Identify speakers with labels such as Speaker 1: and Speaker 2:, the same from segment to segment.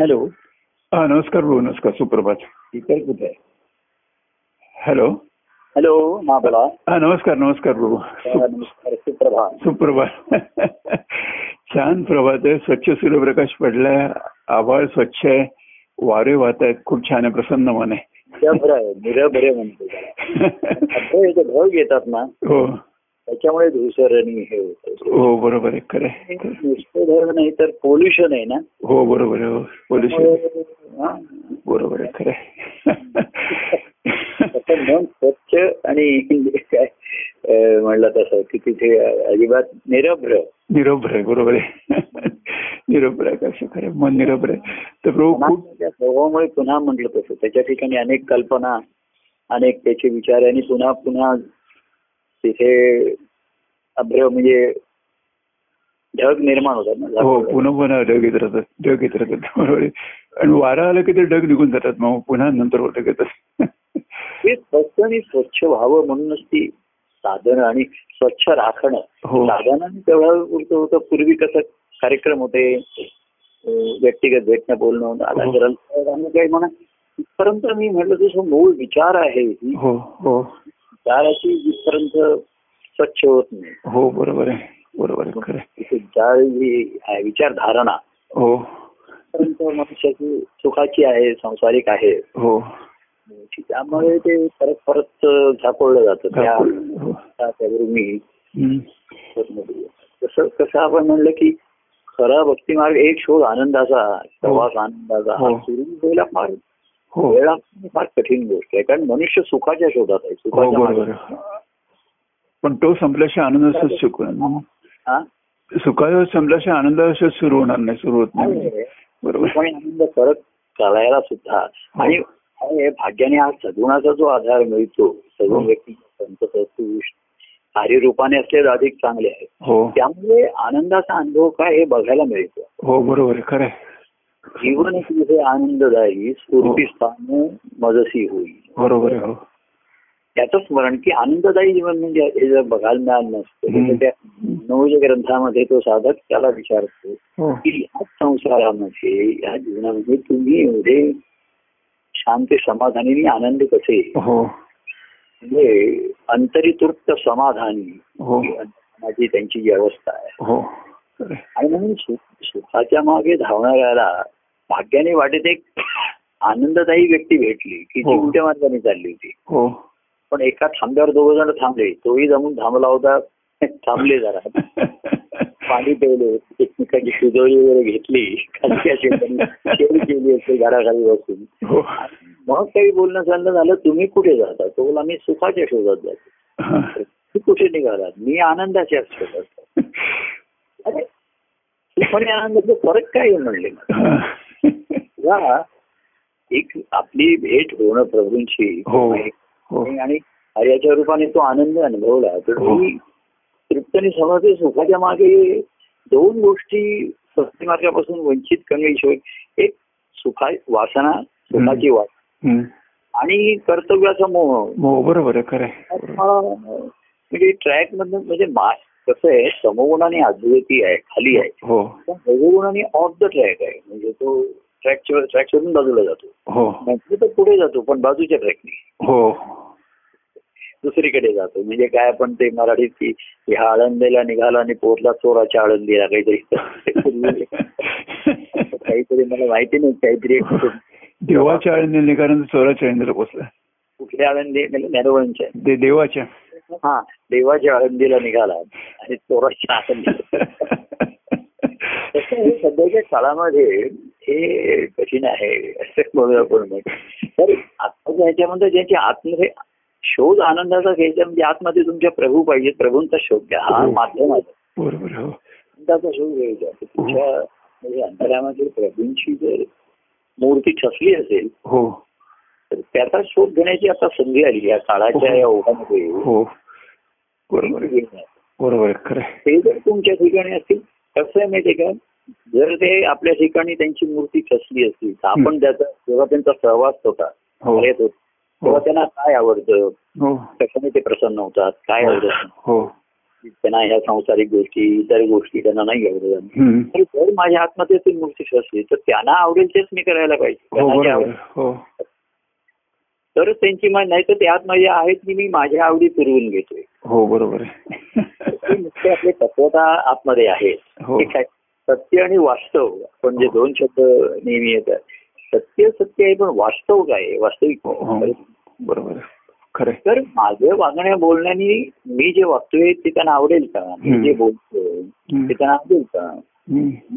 Speaker 1: Hello
Speaker 2: हा नमस्कार भाऊ नमस्कार सुप्रभात
Speaker 1: इकडे कुठे आहे
Speaker 2: हॅलो
Speaker 1: हॅलो मा बोला
Speaker 2: हा नमस्कार नमस्कार भाऊ
Speaker 1: अ, नमस्कार सुप्रभा
Speaker 2: सुप्रभात छान प्रभात आहे स्वच्छ सूर्यप्रकाश पडलाय आभाळ स्वच्छ आहे वारे वाहत आहेत खूप छान आहे प्रसन्न मन
Speaker 1: निरभ्र आहे निरभ्र म्हणतो त्याला.
Speaker 2: आहे
Speaker 1: अभ्रय जे ढग येतात ना
Speaker 2: हो
Speaker 1: त्याच्यामुळे धुसरणी हे होतं
Speaker 2: हो बरोबर आहे खरं आहे खरं आहे.
Speaker 1: नुसतं ढग नाही तर पोल्युशन आहे ना
Speaker 2: हो बरोबर आहे हो पोल्युशन
Speaker 1: त्यामुळे, हा,
Speaker 2: बरोबर आहे खरं आहे
Speaker 1: त्याचं मन स्वच्छ आणि काय अ, म्हणलं तसं की तिथे अजिबात निरभ्र
Speaker 2: निरभ्र आहे बरोबर आहे निरभ्र आहे कसं खरं आहे. मन निरभ्र आहे तर प्रभू खूप
Speaker 1: मनाच्या स्वभावामुळे म्हणजे पुन्हा म्हटलं तसं त्याच्या ठिकाणी अनेक कल्पना अनेक त्याचे विचार आणि पुन्हा पुन्हा तिथे अभ्र म्हणजे ढग निर्माण होतात ना
Speaker 2: हो
Speaker 1: झाडावर.
Speaker 2: पुन्हा पुन्हा ढग येत राहतात ढग येत राहतात बरोबर आहे. आणि वारा आला की ते ढग निघून जातात मग पुन्हा नंतर ढग येतात
Speaker 1: हे स्वच्छ आणि स्वच्छ व्हावं म्हणूनच ती साधनं आणि स्वच्छ राखणं
Speaker 2: हो
Speaker 1: साधनाने तेवढं पुरतं होतं पूर्वी कसं कार्यक्रम होते अं, व्यक्तिगत भेटणं बोलणं आला
Speaker 2: हो.
Speaker 1: ग्रंथ आणि काही म्हणा इथपर्यंत मी म्हटलं तुझं मूळ विचार आहे ही
Speaker 2: हो हो
Speaker 1: दाराची जिथपर्यंत स्वच्छ होत नाही
Speaker 2: हो बरोबर आहे बरोबर आहे खरं आहे.
Speaker 1: तिथे दार जी आहे विचारधारणा
Speaker 2: हो
Speaker 1: तिथपर्यंत मनुष्याची सुखाची आहे संसारिक आहे
Speaker 2: हो
Speaker 1: त्यामुळे ते परत परत झाकोळलं जातं त्या
Speaker 2: हो.
Speaker 1: त्यावरून
Speaker 2: हम्म.
Speaker 1: तसं कसं आपण म्हणलं की खरा भक्तिमार्ग एक शोध आनंदाचा प्रवास आनंदाचा
Speaker 2: हो.
Speaker 1: हा सुरू व्हायला फार
Speaker 2: हो
Speaker 1: वेळा फार कठीण गोष्ट आहे कारण मनुष्य सुखाच्या शोधात आहे
Speaker 2: हो
Speaker 1: सुखाच्या
Speaker 2: बरोबर
Speaker 1: मागे.
Speaker 2: आहे. पण तो संपल्याशिवाय आनंदाचा सुख हो.
Speaker 1: हा?
Speaker 2: सुखाचा संपल्याशिवाय आनंदाचा सुरू होणार नाही सुरू होत नाही
Speaker 1: आणि
Speaker 2: बरोबर
Speaker 1: पण आनंद परत करायला सुद्धा आणि
Speaker 2: हो.
Speaker 1: हे भाग्याने हा सगुणाचा जो आधार मिळतो
Speaker 2: हो.
Speaker 1: सगुण व्यक्ती संत सत्पुरुष कार्यरूपाने असलेले अधिक चांगले आहे
Speaker 2: हो
Speaker 1: त्यामुळे आनंदाचा अनुभव काय हे बघायला मिळतो
Speaker 2: हो बरोबर आहे खरं आहे.
Speaker 1: जीवन तुझे आनंददायी
Speaker 2: हो.
Speaker 1: स्फूर्ती स्थान मजसी होईल
Speaker 2: बरोबर आहे हो
Speaker 1: त्याचं स्मरण की आनंददायी जीवन म्हणजे हे जर बघायला मिळालं नसतं
Speaker 2: हम्म.
Speaker 1: तर त्या नवज ग्रंथामध्ये तो साधक त्याला विचारतो
Speaker 2: हो
Speaker 1: की या संसारामध्ये या जीवनामध्ये तुम्ही एवढे शांत समाधानी आनंद कसे
Speaker 2: हो
Speaker 1: म्हणजे अंतरितृप्त समाधानी
Speaker 2: हो
Speaker 1: ही अंतःकरणाची त्यांची जी अवस्था आहे
Speaker 2: हो खरं आहे.
Speaker 1: आणि म्हणून सुख- सुखाच्या मागे धावणाऱ्याला भाग्याने वाटेत एक आनंददायी व्यक्ती भेटली की जी
Speaker 2: हो.
Speaker 1: उलट्या मार्गाने चालली होती
Speaker 2: हो
Speaker 1: पण एका थांब्यावर दोघ जण थांबले तोही जमून थांबला होता थांबले जरा पाणी पिवले एकमेकांची शिजोळी वगैरे घेतली खालच्या शेजारी शेळी केली असते घराखाली बसून
Speaker 2: हो
Speaker 1: मग काही बोलणं चाललं झालं तुम्ही कुठे जाता तो बोला मी सुखाच्या शोधात जातो तुम्ही कुठे निघालात मी आनंदाच्या शोधात जातो." अरे सुख आणि आनंदाचा फरक काय आहे म्हणले मला. या एक आपली भेट होणं प्रभूंची
Speaker 2: हो.
Speaker 1: आणि
Speaker 2: हो
Speaker 1: कार्याच्या रूपाने तो आनंद अनुभवला तर
Speaker 2: हो.
Speaker 1: ती तृप्त आणि समाज सुखाच्या मागे दोन गोष्टी भक्ती मार्गापासून वंचित करण्याशिवाय एक सुखा वासना सुखाची वासना
Speaker 2: हम्म.
Speaker 1: आणि कर्तव्याचा मोह
Speaker 2: हो बरोबर आहे खरं आहे.
Speaker 1: हा, म्हणजे ट्रॅक मधून म्हणजे मास कसं आहे समगुण आणि अद्वैती आहे खाली आहे
Speaker 2: हो
Speaker 1: पण रजोगुण आणि ऑफ द ट्रॅक आहे म्हणजे तो ट्रॅकच्या ट्रॅकवरून बाजूला जातो
Speaker 2: हो
Speaker 1: म्हणजे तो पुढे जातो पण बाजूच्या ट्रॅकने
Speaker 2: हो
Speaker 1: दुसरीकडे जातो म्हणजे काय आपण ते मराठीत की ह्या आळंदीला निघाला आणि पोहोचला चोराच्या आळंदीला काहीतरी काहीतरी मला माहिती नाही काहीतरी एक
Speaker 2: देवाच्या आळंदी निघाल्यानं चोराच्या आळंदीला पोचला
Speaker 1: कुठल्या आळंदी म्हणजे ज्ञानवळणच्या
Speaker 2: ते देवाच्या
Speaker 1: हा देवाच्या आळंदीला निघाला आणि चोराच्या आळंदीला तसं हे सध्याच्या काळामध्ये हे कठीण आहे असं म्हणून आपण म्हणतो तर आत्ताच्या ह्याच्यामध्ये ज्याचे आत्मधे शोध आनंदाचा घ्यायचा म्हणजे आतमध्ये तुमच्या प्रभू पाहिजे प्रभूंचा शोध घ्या हा
Speaker 2: हो.
Speaker 1: माध्यम आहे
Speaker 2: बरोबर आहे, हो
Speaker 1: आनंदाचा शोध घ्यायचा तर तुमच्या म्हणजे अंतरामध्ये प्रभूंची जर मूर्ती ठसली असेल
Speaker 2: हो
Speaker 1: तर त्याचा शोध घेण्याची आता संधी आली या काळाच्या या ओघामध्ये
Speaker 2: हो बरोबर आहे, बरोबर आहे खरं आहे.
Speaker 1: ते जर तुमच्या ठिकाणी असतील कसं आहे माहितीये का जर ते आपल्या ठिकाणी त्यांची मूर्ती कसली असतील तर आपण
Speaker 2: हं.
Speaker 1: त्याचा जेव्हा त्यांचा सहवास होता
Speaker 2: हो
Speaker 1: येत होता तेव्हा त्यांना काय आवडतं
Speaker 2: हो
Speaker 1: कशाने ते प्रसन्न होतात काय आवडत
Speaker 2: हो
Speaker 1: त्यांना ह्या संसारिक गोष्टी इतर गोष्टी त्यांना नाही आवडत
Speaker 2: हम्म.
Speaker 1: तर जर माझ्या आत्महत्या ती मूर्ती असली तर त्यांना आवडेल तेच मी करायला पाहिजे त्यांना
Speaker 2: हो
Speaker 1: जे
Speaker 2: बरोबर
Speaker 1: आवडेल.
Speaker 2: हो
Speaker 1: तरच त्यांची मा नाही तर त्यात माझ्या आहेत की मी माझ्या आवडी पुरवून घेतोय
Speaker 2: हो बरोबर आहे
Speaker 1: हे नुसते आपले तत्वता आतमध्ये आहेत
Speaker 2: हो
Speaker 1: ठीक आहे सत्य आणि वास्तव आपण जे दोन शब्द नेहमी येतात सत्य सत्य आहे पण वास्तव काय आहे? वास्तविक
Speaker 2: हो, हो.
Speaker 1: काय आहे?
Speaker 2: बरोबर खरे
Speaker 1: तर माझं वागण्या बोलण्याने मी जे वागतोय ते त्यांना आवडेल का मी
Speaker 2: हम्म.
Speaker 1: जे बोलतोय ते त्यांना आवडेल का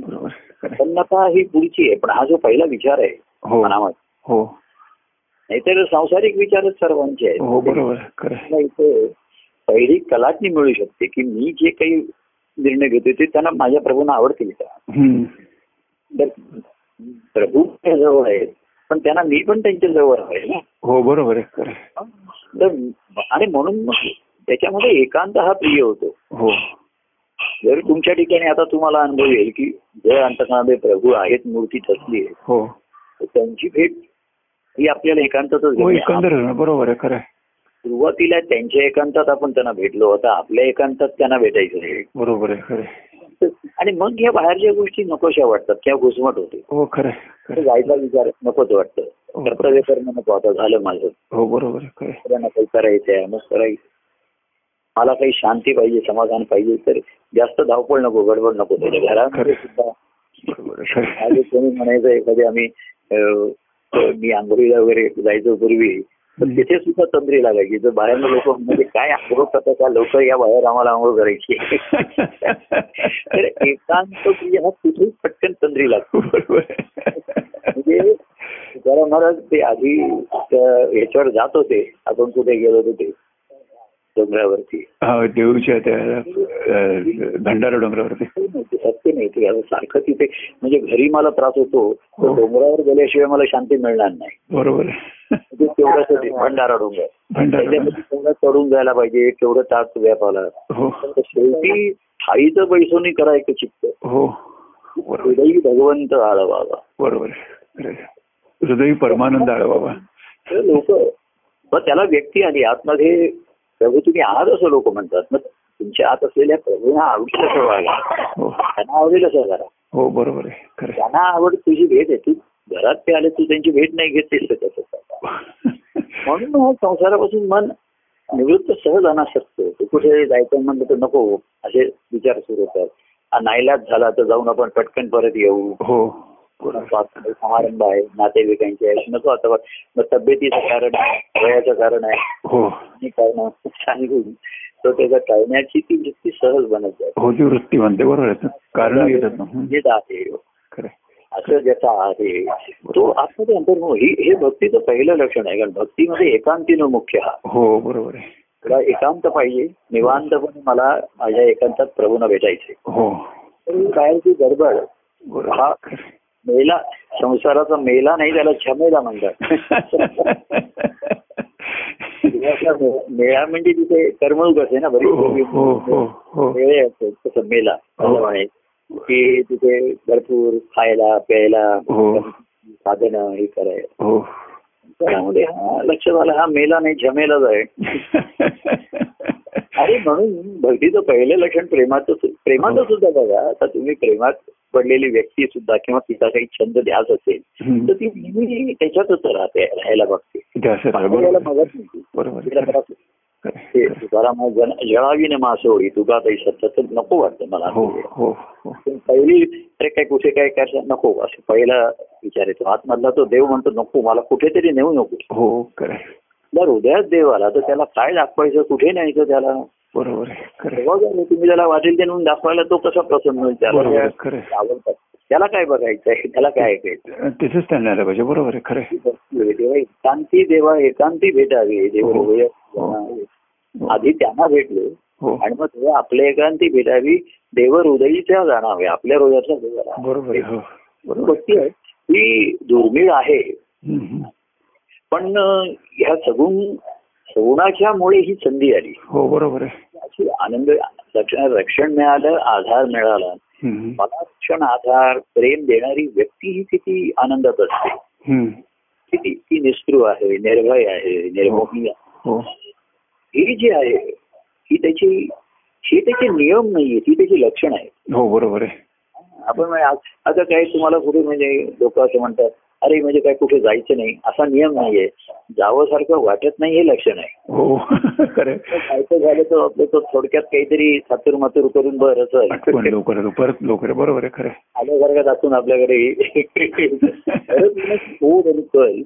Speaker 2: बरोबर खरे
Speaker 1: प्रसन्नता ही पुढची आहे पण हा जो पहिला विचार आहे
Speaker 2: हो
Speaker 1: मनामध्ये
Speaker 2: हो
Speaker 1: नाहीतर सांसारिक विचारच सर्वांचे
Speaker 2: हो
Speaker 1: आहेत
Speaker 2: बरोबर खरे
Speaker 1: त्यांना इथे पहिली कलाटणी मिळू शकते की मी जे काही निर्णय घेतोय ते त्यांना माझ्या प्रभूंना आवडतील का तर प्रभू माझ्या जवळ आहेत पण त्यांना मी पण त्यांच्या जवळ आहे ना
Speaker 2: हो बरोबर आहे खरे
Speaker 1: तर आणि म्हणून त्याच्यामध्ये एकांत हा प्रिय होतो
Speaker 2: हो
Speaker 1: जर तुमच्या ठिकाणी आता तुम्हाला अनुभव येईल की जर अंतकामध्ये प्रभू आहेत मूर्ती ठसली आहे
Speaker 2: हो
Speaker 1: तर त्यांची भेट ही आपल्याला एकांतातच
Speaker 2: हो
Speaker 1: घ्यावी.
Speaker 2: एकंदर बरोबर आहे खरं
Speaker 1: सुरुवातीला त्यांच्या एकांतात आपण त्यांना भेटलो होता आपल्या एकांतात त्यांना भेटायचं आहे.
Speaker 2: बरोबर आहे खरे
Speaker 1: आणि मग ह्या बाहेरच्या गोष्टी नकोशा वाटतात किंवा घुसमट होते
Speaker 2: हो खरे
Speaker 1: तर जायचा विचार नकोच वाटतं कर्तव्य करणं नको आता झालं माझं
Speaker 2: हो बरोबर आहे खरे
Speaker 1: दुसऱ्यांना काही करायचं आहे मग करायचं मला काही शांती पाहिजे समाधान पाहिजे तर जास्त धावपळ नको गडबड नको त्याच्या घरामध्ये
Speaker 2: खरं.
Speaker 1: सुद्धा
Speaker 2: बरोबर आहे खरे
Speaker 1: आधी कोणी म्हणायचं एखादी आम्ही अं, मी आंघोळीला वगैरे जायचो पूर्वी तर तिथे सुद्धा तंद्री लागायची जर बाहेर लोक म्हणजे काय आंघोळ करतात त्या लवकर या बाहेर आम्हाला आंघोळ करायची आहे. तर एकांत प्रिय हा तिथेच पटकन तंद्री लागतो
Speaker 2: बरोबर आहे.
Speaker 1: म्हणजे तुकाराम महाराज ते आधी त्या ह्याच्यावर जात होते आपण कुठे गेलो होतो ते डोंगरावरती
Speaker 2: हा हो, देऊच्या त्या अ, भंडारा डोंगरावरती
Speaker 1: सत्य नाही ते आता सारखं तिथे म्हणजे घरी मला त्रास होतो तर
Speaker 2: हो.
Speaker 1: डोंगरावर गेल्याशिवाय मला शांती मिळणार नाही
Speaker 2: बरोबर आहे.
Speaker 1: म्हणजे तेवढंच ते भंडारा डोंगर
Speaker 2: भंडारा
Speaker 1: त्याच्यामध्ये तेवढं चढून जायला पाहिजे तेवढं तास व्यापाला
Speaker 2: हो
Speaker 1: तर शेवटी थाळीचं बैसोनी करायचं चित्त
Speaker 2: हो बरोबर
Speaker 1: हृदयी भगवंत आला बाबा
Speaker 2: बरोबर आहे. खरं आहे. हृदय परमानंद आळ बाबा
Speaker 1: तर लोक मग त्याला व्यक्ती आली आतमध्ये प्रभू तुम्ही आहात असं लोक म्हणतात मग तुमच्या आत असलेल्या प्रभूंना आवडेल असं व्हायला
Speaker 2: हो
Speaker 1: त्यांना आवडेल असं करा
Speaker 2: हो बरोबर आहे खरं
Speaker 1: त्यांना आवड तुझी भेट आहे तू घरात ते आले तू त्यांची भेट नाही घेतलीस तर कसं करणार?
Speaker 2: आहे.
Speaker 1: म्हणून हा संसारापासून मन निवृत्त सहज आणू शकतो तू कुठे जायचं म्हणलं तर नको असे विचार सुरू होतात हा नाईलाज झाला तर जाऊन आपण पटकन परत येऊ
Speaker 2: हो बरोबर
Speaker 1: स्वातंत्र्य समारंभ आहे नातेवाईकांचे आहे नको आता वाट- मग तब्येतीचं कारण आहे वयाचं कारण आहे
Speaker 2: हो
Speaker 1: आणि कारण सांगून तो त्याचा टाळण्याची ती वृत्ती सहज बनत जाते
Speaker 2: हो ती वृत्ती म्हणते बरोबर आहे कारण येतात ना हं.
Speaker 1: म्हणजे आहे
Speaker 2: खरं आहे.
Speaker 1: असं ज्याचा आहे तो आतमध्ये अंतर्मुख ही हे भक्तीचं पहिलं लक्षण आहे कारण भक्तीमध्ये एकांतीनं मुख्य हा
Speaker 2: हो बरोबर आहे
Speaker 1: तुला एकांत पाहिजे निवांतपणे मला माझ्या एकांतात प्रभूंना भेटायचे
Speaker 2: हो
Speaker 1: तर बाहेरची गडबड
Speaker 2: बरोबर
Speaker 1: हा
Speaker 2: खरं आहे.
Speaker 1: मेला संसाराचा मेला नाही त्याला छमेला म्हणतात मेला- मेळा म्हणजे तिथे करमणूक असे ना बरीच
Speaker 2: हो हो हो हो
Speaker 1: वेळे असते तसं मेला असं म्हणायचं की तिथे भरपूर खायला प्यायला
Speaker 2: हो.
Speaker 1: साधनं हे करायला
Speaker 2: हो
Speaker 1: त्यामुळे हा लक्षात आला हा मेला नाही झमेलाच आहे अरे म्हणून भक्तीचं पहिलं लक्षण प्रेमाचं सु- प्रेमाचं
Speaker 2: हो.
Speaker 1: सुद्धा बघा आता तुम्ही प्रेमात पडलेली व्यक्ती सुद्धा किंवा तिचा काही छंद ध्यास असेल तर
Speaker 2: हं.
Speaker 1: ती नेहमी त्याच्यातच राहते राहायला बघते
Speaker 2: ते असं झालं,
Speaker 1: बाहेर
Speaker 2: बरोबर
Speaker 1: बघत नाही
Speaker 2: बरोबर
Speaker 1: तिला
Speaker 2: खरं आहे.
Speaker 1: जरा
Speaker 2: खरं आहे.
Speaker 1: ते तुकाराम जळावी ना मासोळी तुका काही सतत नको वाटतं मला
Speaker 2: हो हो हो
Speaker 1: पण पहिली अरे काय कुठे काय काय नको असं पहिला विचार येतो आतमधला तो देव म्हणतो नको मला कुठेतरी नेऊ नको
Speaker 2: हो खरं आहे.
Speaker 1: जर हृदयात देव आला तर त्याला काय दाखवायचं कुठे न्यायचं त्याला
Speaker 2: बरोबर आहे खरं आहे.
Speaker 1: तेव्हा जर तुम्ही त्याला वाटेल ते नेऊन दाखवायला तो कसा प्रसन्न होईल त्याला
Speaker 2: बरोबर आहे,
Speaker 1: त्या-
Speaker 2: खरं आहे.
Speaker 1: आवडतात त्याला काय बघायचं आहे त्याला काय ऐकायचं
Speaker 2: तिथेच त्यांना आलं पाहिजे बरोबर आहे खरं आहे.
Speaker 1: तेव्हा एकांती देवा एकांती भेटावी देव
Speaker 2: हो.
Speaker 1: हृदयात
Speaker 2: हो.
Speaker 1: जाणावे.
Speaker 2: हो.
Speaker 1: आधी त्यांना भेटलो
Speaker 2: हो
Speaker 1: आणि मग तेव्हा आपल्या एकांती भेटावी देव हृदयीच्या जाणावे आपल्या हृदयातल्या देवाला
Speaker 2: बरोबर आहे हो बरोबर आहे.
Speaker 1: भक्ती आहे ही दुर्मिळ आहे
Speaker 2: हं, हं.
Speaker 1: पण अं, ह्या सगुण सगुणाच्या मुळे ही संधी आली
Speaker 2: हो बरोबर आहे
Speaker 1: अशी आनंद रक्षण रक्षण मिळालं आधार मिळाला
Speaker 2: हं, हं.
Speaker 1: मला रक्षण आधार प्रेम देणारी व्यक्ती ही किती आनंदात असते
Speaker 2: हं.
Speaker 1: किती ती निस्पृह आहे निर्भय आहे निर्मोही आहे
Speaker 2: हो
Speaker 1: ही जी आहे ही त्याची ही त्याचे नियम नाहीये ती त्याची लक्षण आहेत
Speaker 2: हो बरोबर आहे
Speaker 1: आपण म्हणजे आज- आता काय तुम्हाला कुठे म्हणजे लोक असं म्हणतात अरे म्हणजे काय कुठे जायचं नाही असा नियम नाहीये जावंसारखं वाटत नाही हे लक्षण आहे
Speaker 2: हो
Speaker 1: तर
Speaker 2: खरं
Speaker 1: जायचं झालं तर आपलं तो थोडक्यात काहीतरी सातूरमातूर करून बरं असं
Speaker 2: आठवण लवकर आलो. परत लवकर बरोबर आहे खरं आहे.
Speaker 1: आल्यासारखं असून आपल्याकडे खरंच ओढ आणि कल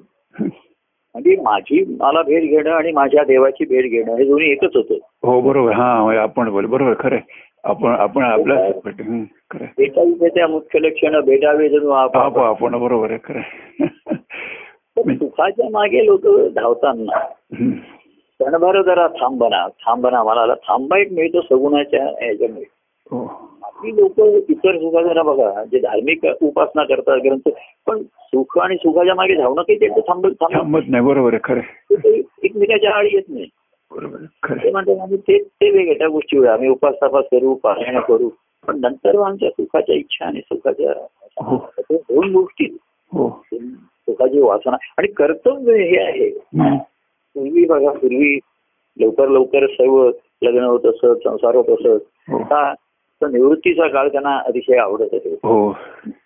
Speaker 1: म्हणजे माझी मला भेट घेणं आणि माझ्या देवाची भेट घेणं हे दोन्ही एकच होतं
Speaker 2: हो बरोबर हा होय, आपण बोल बरोबर खरं आहे. आपण आपण आपला हं, खरं आहे.
Speaker 1: भेटावी त्याच्या मुख्य लक्षण भेटावे जणू
Speaker 2: आप
Speaker 1: आपण
Speaker 2: आपण बरोबर आहे खरं आहे.
Speaker 1: सुखाच्या मागे लोक धावताना
Speaker 2: हं.
Speaker 1: क्षणभर जरा थांबना थांबना मला आला थांबा एक मिळतो सगुणाच्या याच्यामुळे
Speaker 2: हो
Speaker 1: आपली लोक इतर सुखाच्या बघा जे धार्मिक उपासना करतात ग्रंथ पण सुख आणि सुखाच्या मागे धावणं काही त्यांचं थांब थांब
Speaker 2: थांबत नाही बरोबर आहे खरं आहे.
Speaker 1: ते काही एकमेकाच्या आड येत नाही
Speaker 2: बरोबर आहे, खरं
Speaker 1: ते
Speaker 2: आहे.
Speaker 1: म्हणतात आम्ही ते ते वेगळ्या त्या गोष्टी वेगळ्या. आम्ही उपासतापास करू पारायण करू पण नंतर मग आमच्या सुखाच्या इच्छा आणि सुखाच्या
Speaker 2: हो
Speaker 1: ते दोन गोष्टी
Speaker 2: हो
Speaker 1: सुखाची वासना आणि कर्तव्य हे आहे
Speaker 2: हं.
Speaker 1: पूर्वी बघा पूर्वी लवकर लवकर सर्व लग्न होत असत संसार होत असत
Speaker 2: हो
Speaker 1: आता तो निवृत्तीचा काळ त्यांना अतिशय आवडत असे
Speaker 2: हो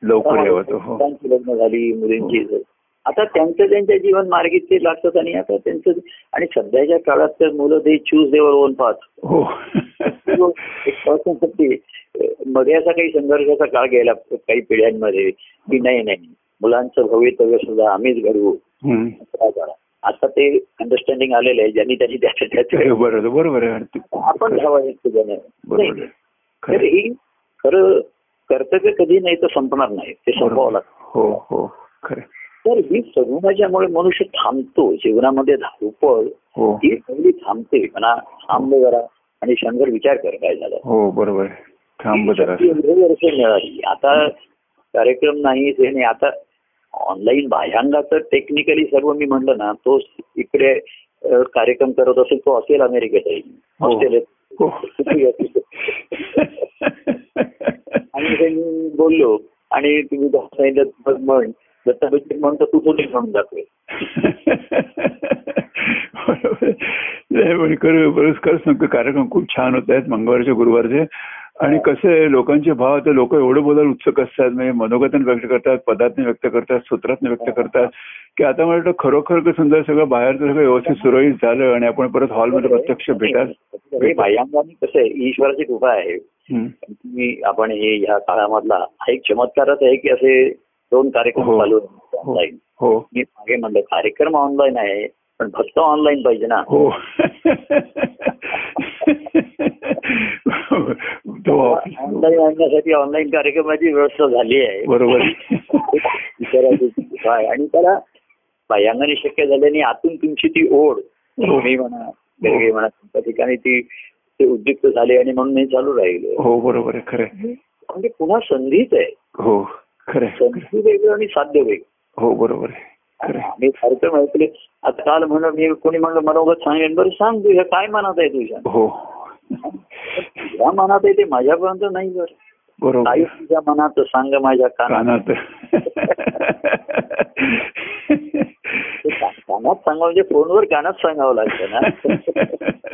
Speaker 2: लवकर यावं तो हो
Speaker 1: मुलांची लग्न झाली मुलींची झाली. आता त्यांचं त्यांच्या जीवन मार्गी ते लागतात आणि आता त्यांचं आणि सध्याच्या काळात तर मुलं ते चूज देवर ओन पाहत
Speaker 2: हो
Speaker 1: एक person ते, अं, मध्ये असा काही संघर्षाचा काळ गेला काही पिढ्यांमध्ये की नाही नाही मुलांचं भवितव्य सुद्धा आम्हीच घडवू
Speaker 2: हं.
Speaker 1: असा काळ. आता ते अंडरस्टँडिंग आलेलं आहे ज्यांनी त्यांनी त्याच्या त्याच्या
Speaker 2: खरं आहे, बरोबर बरोबर आहे आणि ते-
Speaker 1: आपण धावायचं तुझ्याने
Speaker 2: बरोबर आहे.
Speaker 1: तर
Speaker 2: खरं आहे.
Speaker 1: ही खरं कर्तव्य कधी नाही तर संपणार नाही ते संपवावं लागतं
Speaker 2: हो हो खरं आहे.
Speaker 1: तर ही सगुणाच्यामुळे मनुष्य थांबतो जीवनामध्ये धावपळ
Speaker 2: हो
Speaker 1: ही पहिली थांबते म्हणा थांब जरा आणि क्षणभर विचार कर काय झालं
Speaker 2: हो बरोबर आहे. थांब
Speaker 1: ही
Speaker 2: जरा
Speaker 1: शक्ती एवढे वर्ष मिळाली आता कार्यक्रम नाही ते नाही आता ऑनलाईन भाज्यांगाचं टेक्निकली सर्व मी म्हणलं ना तो इकडे अ, कार्यक्रम करत असेल तो असेल अमेरिकेत आहे,
Speaker 2: हो.
Speaker 1: ऑस्ट्रेलियात
Speaker 2: हो
Speaker 1: कुठेही असेल. आणि हे मी बोललो आणि तुम्ही जसं सांगितलं मग म्हण दत्ता बच्चन म्हणतो तू कुठे म्हणून दाखवेल
Speaker 2: नाही, पण खरं- खरंच- खरंच सांगतो, कार्यक्रम खूप छान होत आहेत मंगळवारचे गुरुवारचे आणि कसं आहे लोकांचे भाव आता लोक एवढं बोलायला उत्सुक असतात म्हणजे मनोगतन व्यक्त करतात पदार्थने व्यक्त करतात सूत्रातने व्यक्त करतात की आता मला वाटतं खरोखर का समजा सगळं बाहेरचं सगळं व्यवस्थित सुरळीत झालं आणि आपण परत हॉलमध्ये प्रत्यक्ष भेटाल
Speaker 1: हे बाह्यांगाने कसं आहे ईश्वराची कृपा आहे
Speaker 2: हं.
Speaker 1: मी आपण हे ह्या काळामधला हा एक चमत्कारच आहे की असे दोन कार्यक्रम
Speaker 2: हो.
Speaker 1: चालू आहेत
Speaker 2: हो.
Speaker 1: online.
Speaker 2: हो
Speaker 1: मी मागे म्हणलं कार्यक्रम ऑनलाईन आहे पण भक्त ऑनलाईन पाहिजे ना
Speaker 2: हो तो ऑफिस-
Speaker 1: ऑनलाईन आणण्यासाठी ऑनलाईन कार्यक्रमाची व्यवस्था झाली आहे
Speaker 2: बरोबर
Speaker 1: ईश्वराची कृपा आहे. आणि त्याला बाह्यांगाने शक्य झाल्याने आतून तुमची ती ओढ
Speaker 2: हो.
Speaker 1: मी म्हणा वेगळी म्हणा त्या ठिकाणी ती ते उद्युक्त झाले आणि म्हणून हे चालू राहिले
Speaker 2: हो बरोबर आहे खरं आहे.
Speaker 1: म्हणजे पुन्हा संधीच आहे
Speaker 2: हो खरं आहे.
Speaker 1: संधी वेगळं आणि साध्य वेगळं
Speaker 2: हो बरोबर आहे खरं आहे.
Speaker 1: आणि कार्यक्रम ऐकले आता काल म्हणलं मी कोणी म्हणलं मला उगाच सांगेन बरं सांग तुझ्या काय मनात आहे तुझ्या
Speaker 2: हो
Speaker 1: तुझ्या मनात आहे ते माझ्यापर्यंत नाही बरं
Speaker 2: बरोबर
Speaker 1: काही
Speaker 2: आहे.
Speaker 1: तुझ्या मनात सांग माझ्या कानात
Speaker 2: हो. कानात
Speaker 1: ते का- कानात सांगा म्हणजे फोनवर कानात सांगावं लागतं ना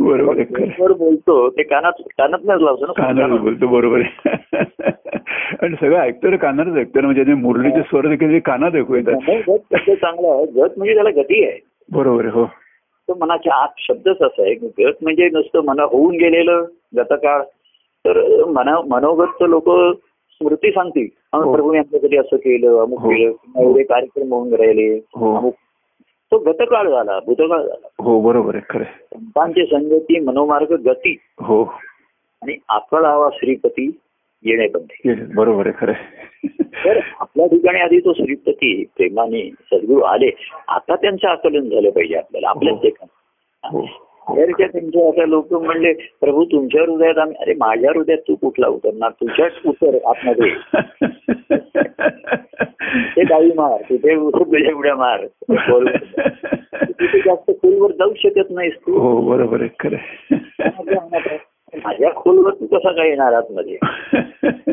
Speaker 2: बरोबर आहे खरं आहे.
Speaker 1: फोनवर बोलतो ते कानात कानात नाही लावतो ना
Speaker 2: कानाला बोलतो बरोबर आहे आणि सगळं ऐकतो कानातच ऐकतो ना म्हणजे ते मुरलीचे स्वर देखील जे कानात ऐकू येतात
Speaker 1: नाही, गत कसं चांगलं आहे गत म्हणजे त्याला गती आहे
Speaker 2: बरोबर आहे, हो
Speaker 1: तो मनाच्या आत शब्दच असा आहे की गत म्हणजे नुसतं मना होऊन गेलेलं गतकाळ तर मना मनोगत लोक स्मृती सांगतील
Speaker 2: हो.
Speaker 1: आम्ही प्रभूने आमच्यासाठी असं केलं अमुक
Speaker 2: हो.
Speaker 1: केलं किंवा एवढे कार्यक्रम होऊन राहिले
Speaker 2: हो.
Speaker 1: अमुक तो गतकाळ झाला भूतकाळ झाला
Speaker 2: हो बरोबर आहे खरं आहे.
Speaker 1: संतांची संगती मनोमार्ग गती
Speaker 2: हो
Speaker 1: आणि आपण हवा श्रीपती येणे बंधे
Speaker 2: हे बरोबर आहे खरं आहे.
Speaker 1: तर आपल्या ठिकाणी आधी तो श्रीपती प्रेमाने सद्गुरू आले आता त्यांचं आकलन झालं पाहिजे आपल्याला आपल्याच
Speaker 2: हो.
Speaker 1: ठिकाणी
Speaker 2: हो हो
Speaker 1: बाहेरच्या त्यांच्या आता लोक म्हणले प्रभू तुमच्या हृदयात आम्ही अरे माझ्या हृदयात तू कुठला उतरणार तुझ्याच उतर आतमध्ये ते डाळी मार तिथे उड्या उड्या मार बोल. तिथे जास्त खोलवर जाऊ शकत नाहीस तू
Speaker 2: हो बरोबर आहे खरं आहे.
Speaker 1: माझ्या खोलवर तू कसा काय येणार आतमध्ये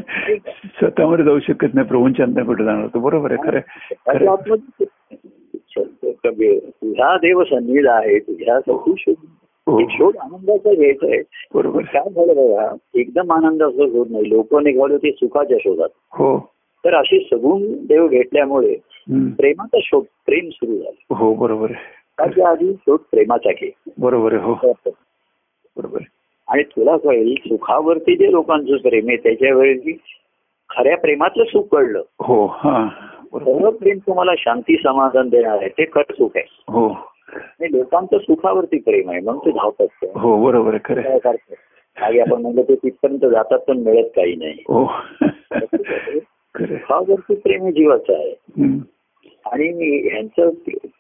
Speaker 2: स्वतःमध्ये जाऊ शकत नाही प्रभूंच्या अंताकडे जाणार होतो बरोबर आहे खरं आहे. खरं
Speaker 1: माझ्या
Speaker 2: आहे.
Speaker 1: आतमध्ये तू- तुझा देव सन्निध आहे तुझ्या तू शोध
Speaker 2: हो.
Speaker 1: एक शोध आनंदाचा घ्यायचा आहे
Speaker 2: बरोबर
Speaker 1: काय झालं बघा एकदम आनंदाचा शोध नाही लोक निघाले होते सुखाच्या शोधात
Speaker 2: हो
Speaker 1: तर असे सगुण देव घेतल्यामुळे
Speaker 2: हम्म.
Speaker 1: प्रेमाचा शोध प्रेम सुरू झालं
Speaker 2: हो बरोबर आहे
Speaker 1: त्याच्या आधी शोध प्रेमाचा घे
Speaker 2: बरोबर आहे हो बरोबर आहे.
Speaker 1: आणि तुला कळेल सुखावरती जे लोकांचं प्रेम आहे त्याच्यावरती खऱ्या प्रेमातलं सुख कळलं
Speaker 2: हो हा बरोबर
Speaker 1: खरं प्रेम तुम्हाला शांती समाधान देणार आहे ते खरं सुख आहे
Speaker 2: हो
Speaker 1: आणि लोकांचं सुखावरती प्रेम आहे म्हणून ते धावत असतं
Speaker 2: हो बरोबर आहे खरं आहे.
Speaker 1: काही आपण म्हणलं ते तिथपर्यंत जातात पण मिळत काही नाही
Speaker 2: हो खरं आहे.
Speaker 1: सुखावरती प्रेम हे जीवाचं आहे
Speaker 2: हम्म.
Speaker 1: आणि ह्यांचं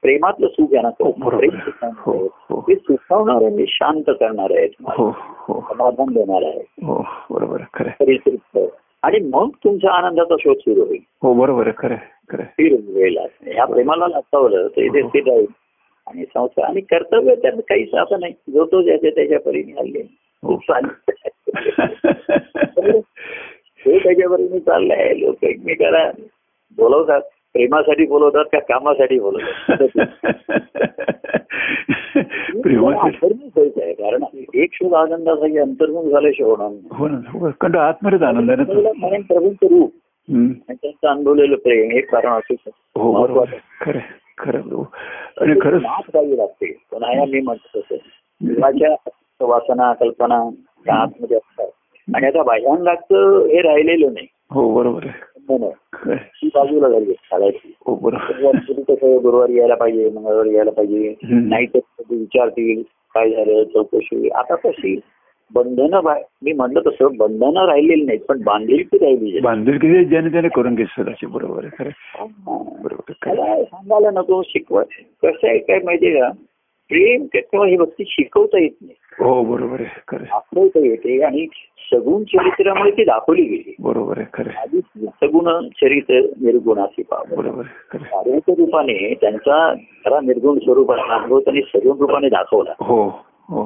Speaker 1: प्रेमातलं सुख आहे ना तो
Speaker 2: हो, बरोबर.
Speaker 1: प्रेम सुखावणार आहे.
Speaker 2: हो, हो.
Speaker 1: ते सुखावणार आहे शांत करणार आहे तुम्हाला.
Speaker 2: हो हो
Speaker 1: समाधान देणार आहे
Speaker 2: हो बरोबर आहे खरं आहे.
Speaker 1: परितृप्त आणि मग तुमच्या आनंदाचा शोध सुरू होईल
Speaker 2: हो बरोबर आहे खरं आहे, खरं आहे.
Speaker 1: स्थिर वेळेला ह्या प्रेमाला लाचावलं तर इथे स्थिर राहील आणि संस्था आणि कर्तव्य त्यात काहीच असं नाही जो तो ज्याच्या त्याच्या परीने हल्ले
Speaker 2: हो
Speaker 1: हे त्याच्या परीने चाललंय लोक एकमेकाला बोलवतात प्रेमासाठी बोलवतात का कामासाठी बोलवतात
Speaker 2: प्रेमासाठी
Speaker 1: अंतर्मुख व्हायचं आहे कारण एक शोध आनंदाचा की अंतर्मुख झाल्याशिवाय होणार नाही.
Speaker 2: हो ना हो. कारण आतमध्येच आनंद आहे ना तो.
Speaker 1: कारण प्रभूंचं रूप
Speaker 2: हम्म.
Speaker 1: आणि त्यांचं अनुभवलेलं प्रेम हे कारण असू शकतं
Speaker 2: हो बरोबर
Speaker 1: महत्वाचं
Speaker 2: आहे. खरं आहे, खरं आहे. हो. आणि खरंच
Speaker 1: माफ द्यावी लागते पण आहे ना मी म्हणतो तसं देवाच्या वासना कल्पना त्या आतमध्ये असतात आणि आता बाह्यांगाचं हे राहिलेलं नाही
Speaker 2: हो बरोबर आहे
Speaker 1: म्हणून
Speaker 2: खरं आहे.
Speaker 1: ती बाजूला झाली काढायची
Speaker 2: हो बरोबर
Speaker 1: सुरुवात केली कसं गुरुवारी यायला पाहिजे मंगळवारी यायला पाहिजे
Speaker 2: हम्म.
Speaker 1: नाही तर कधी विचारतील काय झालं चौकशी होईल. आता कशी बंधनं बा- मी म्हटलं तसं बंधनं राहिलेली नाहीत पण बांधिलकी राहिली आहे.
Speaker 2: बांधिलकी ज्याने त्याने करून घेतलं त्याची बरोबर आहे खरं आहे.
Speaker 1: हा.
Speaker 2: बरोबर आहे, खरं आहे.
Speaker 1: त्याला सांगायला नको शिकवा कसं आहे काय माहितीये का प्रेम किंवा ही भक्ती शिकवता येत नाही
Speaker 2: हो बरोबर आहे खरं आहे.
Speaker 1: दाखवता येते आणि सगुण चरित्रामुळे ती दाखवली गेली
Speaker 2: बरोबर आहे खरं आहे.
Speaker 1: आधी सगुण चरित्र निर्गुणाची पावर
Speaker 2: बरोबर आहे खरं आहे.
Speaker 1: कार्याच्या रूपाने त्यांचा खरा निर्गुण स्वरूपाचा अनुभव त्यांनी सगुण रूपाने दाखवला
Speaker 2: हो हो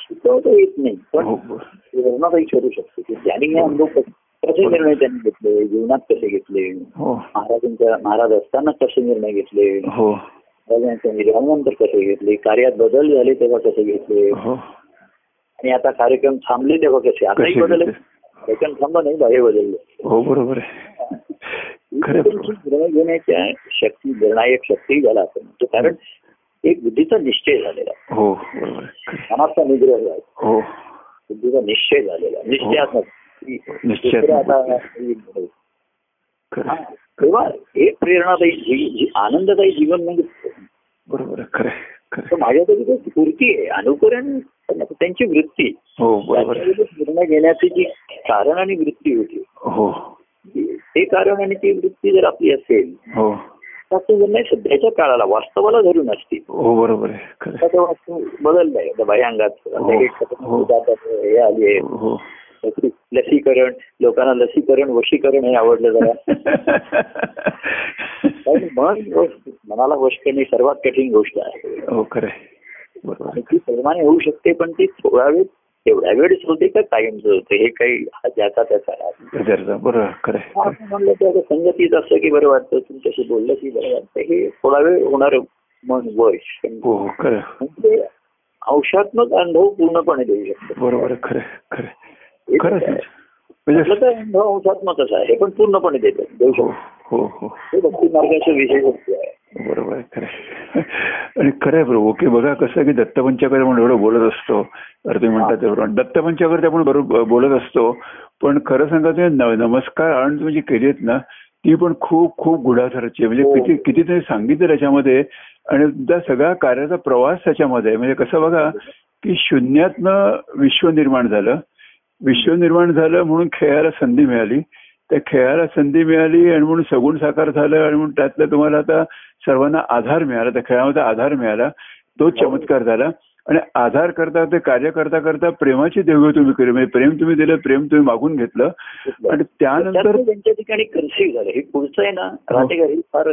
Speaker 1: शिकवता येत नाही पण
Speaker 2: हो बरोबर.
Speaker 1: प्रेरणा काही ठरू शकते की त्यांनी हे अनुभव कसे- कसे निर्णय त्यांनी घेतले जीवनात कसे घेतले
Speaker 2: हो
Speaker 1: महाराजांच्या महाराज असताना कसे निर्णय घेतले
Speaker 2: हो
Speaker 1: महाराजांच्या निर्णयानंतर कसे घेतले कार्यात बदल झाले तेव्हा कसे घेतले
Speaker 2: हो
Speaker 1: आणि आता कार्यक्रम थांबले तेव्हा कसे आताही
Speaker 2: कसे
Speaker 1: बदल
Speaker 2: घेतले?
Speaker 1: कार्यक्रम थांबला नाही बाहेर बदलले
Speaker 2: हो बरोबर आहे खरं आहे,
Speaker 1: त्यांची
Speaker 2: बरोबर
Speaker 1: निर्णय घेण्याच्या शक्ती निर्णायक शक्ती झाला असं म्हणतो कारण एक बुद्धीचा निश्चय झालेला आहे.
Speaker 2: हो बरोबर आहे खरं आहे.
Speaker 1: मनाचा निग्रह झाला
Speaker 2: हो
Speaker 1: बुद्धीचा निश्चय झालेला आहे. निश्चयात्मक की
Speaker 2: निश्चयात्मक.
Speaker 1: दुसरं आता हे-
Speaker 2: खरं
Speaker 1: हा.
Speaker 2: आहे.
Speaker 1: तेव्हा हे प्रेरणादायी जी- जी आनंददायी जीवन म्हणजे
Speaker 2: बरोबर आहे खरं आहे, खरं
Speaker 1: तर
Speaker 2: आहे.
Speaker 1: माझ्यासाठी ते स्फूर्ती आहे अनुकरण त्यांची वृत्ती
Speaker 2: हो बरोबर आहे.
Speaker 1: त्याच्यामध्ये निर्णय घेण्याची जी कारण आणि वृत्ती होती
Speaker 2: हो
Speaker 1: ते कारण आणि ती वृत्ती जर आपली असेल
Speaker 2: हो
Speaker 1: तर ते निर्णय सध्याच्या काळाला वास्तवाला धरून असतील
Speaker 2: हो बरोबर आहे खरं
Speaker 1: आता
Speaker 2: आहे.
Speaker 1: तो वास्तू बदललाय आता बाह्यांगात आता हे
Speaker 2: हो.
Speaker 1: जातात, हे आली आहे.
Speaker 2: हो
Speaker 1: लसी- लसीकरण लोकांना लसीकरण वशीकरण हे आवडलं जरा कारण मन वश- मनाला वश करणे ही सर्वात कठीण गोष्ट आहे
Speaker 2: हो खरं आहे. बरोबर
Speaker 1: आणि ती
Speaker 2: आहे.
Speaker 1: सर्वांनी होऊ शकते पण ती थोडा वेळ तेवढ्या वेळेस होते का कायमच होते हे काही हा ज्याचा त्याचा राग.
Speaker 2: गजरचा. बरोबर आहे, खरं आहे.
Speaker 1: आपण म्हणलं तर आता संगतीत असं की बरं वाटतं तुमच्याशी बोललं की बरं वाटतं हे थोडा वेळ होणार मन वश
Speaker 2: हो हो खरं आहे.
Speaker 1: म्हणजे अंशात्मक अनुभव पूर्णपणे देऊ शकतो
Speaker 2: बरोबर आहे, खरं आहे, खरं आहे.
Speaker 1: हे
Speaker 2: खरंच
Speaker 1: कसं
Speaker 2: आहे.
Speaker 1: आहे?
Speaker 2: म्हणजे
Speaker 1: आपलं तर अनुभव अंशात्मकच आहे पण पूर्णपणे देतो देऊ
Speaker 2: हो
Speaker 1: शकतो
Speaker 2: हो हो
Speaker 1: हे भक्ती मार्गाचं विशेष आहे
Speaker 2: बरोबर आहे खरं आहे. आणि खरं आहे प्रभू की बघा कसं आहे की दत्तपंचाकडे आपण एवढं बोलत असतो तर तुम्ही म्हणता ते बरोबर दत्तपंचाकडे आपण बरोबर बोलत असतो पण खरं सांगा ते न- नमस्कार आनंद म्हणजे केली आहेत ना ती पण खूप खूप गुढासारची आहे.
Speaker 1: हो.
Speaker 2: म्हणजे किती कितीतरी सांगितलं त्याच्यामध्ये आणि त्या सगळ्या कार्याचा प्रवास त्याच्यामध्ये आहे. म्हणजे कसं बघा की शून्यातनं विश्व निर्माण झालं विश्व निर्माण झालं म्हणून खेळायला संधी मिळाली त्या खेळायला संधी मिळाली आणि म्हणून सगुण साकार झालं आणि म्हणून त्यातलं तुम्हाला आता सर्वांना आधार मिळाला त्या खेळामध्ये आधार मिळाला तो चमत्कार झाला आणि आधार करता ते कार्य करता करता प्रेमाची देवघेव तुम्ही केली म्हणजे प्रेम तुम्ही दिलं प्रेम तुम्ही मागून घेतलं आणि त्यानंतर
Speaker 1: त्यातनं त्यांच्या ठिकाणी कन्सिव्ह झालं हे पुढचं आहे ना राटेकरी फार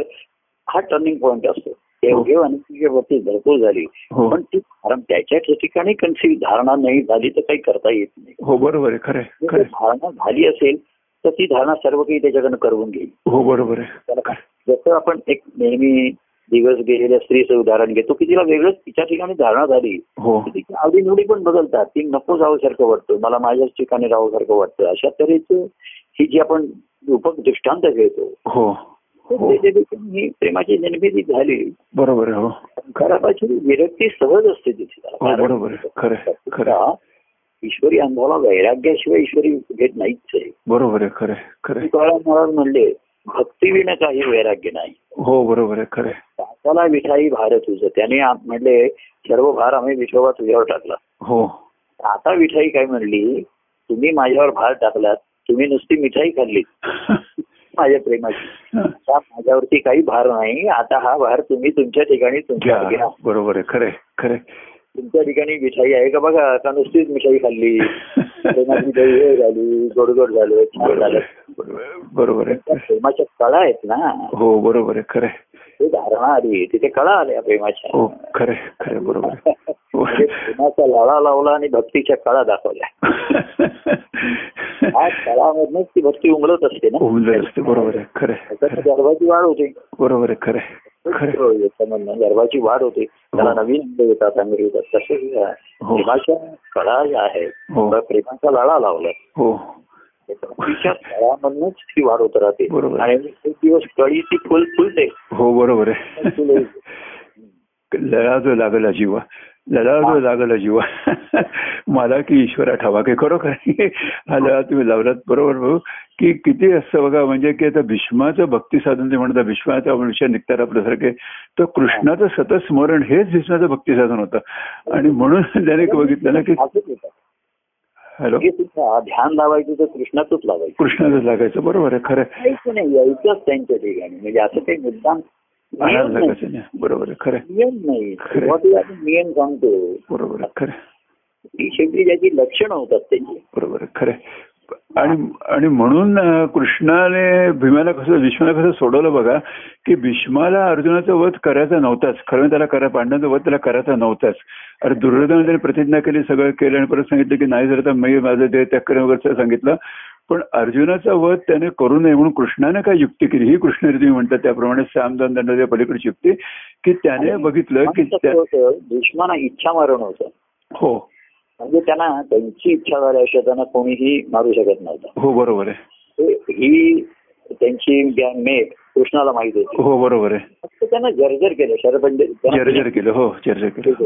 Speaker 1: हा टर्निंग पॉइंट असतो देवघेव आणि तुझ्या बाबतीत भरपूर झाली
Speaker 2: हो
Speaker 1: पण ती कारण त्याच्या ठिकाणी कन्सिव्ह धारणा नाही झाली तर काही करता येत नाही
Speaker 2: हो बरोबर आहे खरं आहे,
Speaker 1: जर
Speaker 2: खरं
Speaker 1: ती धारणा झाली असेल तर ती धारणा सर्व काही त्याच्याकडनं करून घेईल
Speaker 2: आहे. हो बरोबर आहे
Speaker 1: त्याला काय- जसं आपण एक नेहमी दिवस गेलेल्या स्त्रीचं उदाहरण घेतो की तिला वेगळंच तिच्या ठिकाणी धारणा झाली
Speaker 2: हो
Speaker 1: तिची आवडीनिवडी पण बदलतात ती नको जावंसारखं वाटतं मला माझ्याच ठिकाणी राहावंसारखं वाटतं अशा तऱ्हेचं ही जी आपण रूपक दृष्टांत घेतो
Speaker 2: हो हो.
Speaker 1: तर ते देखील ही प्रेमाची निर्मिती झाली
Speaker 2: बरोबर आहे हो
Speaker 1: घरापासून विरक्ती सहज असते तिथे
Speaker 2: हो बरोबर आहे खरं आहे, खरं आहे.
Speaker 1: का? ईश्वरी अनुभवाला वैराग्याशिवाय ईश्वरी भेट नाहीच आहे
Speaker 2: बरोबर आहे खरं आहे, खरं आहे.
Speaker 1: तुकाराम महाराज म्हणले भक्तीविना काही वैराग्य नाही
Speaker 2: हो बरोबर आहे खरं आहे.
Speaker 1: दासाला विठाई भारत तुझं त्याने आप- म्हणले सर्व भार आम्ही विठोबा तुझ्यावर टाकला
Speaker 2: हो
Speaker 1: आता विठाई काय म्हणली तुम्ही माझ्यावर भार टाकलात तुम्ही नुसती मिठाई खाल्ली माझ्या प्रेमाची आता माझ्यावरती काही भार नाही आता हा भार तुम्ही तुमच्या ठिकाणी तुमच्या
Speaker 2: घ्या
Speaker 1: घ्या
Speaker 2: बरोबर आहे खरे खरे
Speaker 1: तुमच्या ठिकाणी मिठाई आहे का बघा आता नुसतीच मिठाई खाल्ली प्रेमाची काही हे झाली गोडगोड झालं छान झालं
Speaker 2: बरोबर
Speaker 1: पण त्या
Speaker 2: आहे
Speaker 1: प्रेमाच्या कळा आहेत ना
Speaker 2: हो बरोबर आहे खरे
Speaker 1: ते धारणा आली तिथे कळा आल्या प्रेमाच्या
Speaker 2: हो खरे खरे बरोबर आहे हो.
Speaker 1: म्हणजे प्रेमाचा लळा लावला आणि भक्तीच्या कळा दाखवल्या
Speaker 2: Oh,
Speaker 1: या कळामधनच ती भक्ती उमलत असते ना
Speaker 2: होऊन जाईल ते बरोबर आहे खरे
Speaker 1: त्याच्यात गर्भाची वाढ होते
Speaker 2: बरोबर आहे खरे खरे
Speaker 1: त्याचं म्हणणं गर्भाची वाढ होते त्याला नवीन अंग येतात अंग येतात तसंच या
Speaker 2: हो.
Speaker 1: प्रेमाच्या कळा ज्या आहेत
Speaker 2: हो.
Speaker 1: त्या प्रेमाचा लळा लावला
Speaker 2: हो
Speaker 1: त्या भक्तीच्या कळामधनच ती वाढ होत राहते
Speaker 2: बरोबर.
Speaker 1: आणि एक दिवस कळी ती फुल फुलते
Speaker 2: हो बरोबर आहे लळा जो लागला जीवा लळा जो लागला जीवा मला की ईश्वरा ठावा की खरोखर हा लळा तुम्ही लावलात बरोबर भाऊ की किती असतं बघा म्हणजे की आता भीष्माचं भक्ती साधन ते म्हणतात भीष्माचा मनुष्य निघतात आपल्यासारखे तर कृष्णाचं सतत स्मरण हेच भीष्माचं भक्ती साधन होतं आणि म्हणून त्याने बघितलं ना की
Speaker 1: असंच होतं.
Speaker 2: हॅलो
Speaker 1: हे सुद्धा ध्यान लावायचं तर कृष्णातच लावायचं
Speaker 2: कृष्णाचं लागायचं बरोबर आहे खरं आहे.
Speaker 1: काहीच नाही यायचंच त्यांच्या ठिकाणी म्हणजे असं काही मुद्दाम
Speaker 2: मनाला
Speaker 1: नियम नाही.
Speaker 2: लागायचं नाही बरोबर आहे खरं आहे.
Speaker 1: नियम नाही
Speaker 2: खरं.
Speaker 1: सुरुवातीला आपण नियम सांगतो
Speaker 2: बरोबर आहे खरं आहे.
Speaker 1: ही शेवटी ज्याची लक्षणं होतात त्यांची
Speaker 2: बरोबर आहे, खरं आहे. आणि आणि म्हणून अं, कृष्णाने भीमाला कसं भीष्माला कसं सोडवलं बघा की भीष्माला अर्जुनाचा वध करायचा नव्हताच खरं म्हणजे त्याला करा पांडवांचा वध त्याला करायचा नव्हताच अरे दुर्योधनाने त्याने प्रतिज्ञा केली सगळं केलं आणि परत सांगितलं की नाही जर तर मी माझं ते त्याकडे वगैरे सगळं सांगितलं पण अर्जुनाचा वध त्याने करू नये म्हणून कृष्णाने काय युक्ती केली ही कृष्णाने तुम्ही म्हणतात त्याप्रमाणे साम दोन दंडाच्या पलीकडची युक्ती की त्याने बघितलं की
Speaker 1: आणि
Speaker 2: त्या
Speaker 1: कसं होतं, भीष्मांना इच्छा मारण होतं
Speaker 2: हो
Speaker 1: म्हणजे त्यांना त्यांची इच्छा झाली अशा त्यांना कोणीही मारू शकत नव्हतं
Speaker 2: हो बरोबर आहे
Speaker 1: हे- ही त्यांची गॅंग मेट कृष्णाला माहित होती
Speaker 2: हो बरोबर आहे
Speaker 1: फक्त त्यांना जर्जर केलं शरपंड
Speaker 2: जर्जर केलं हो जर्जर केलं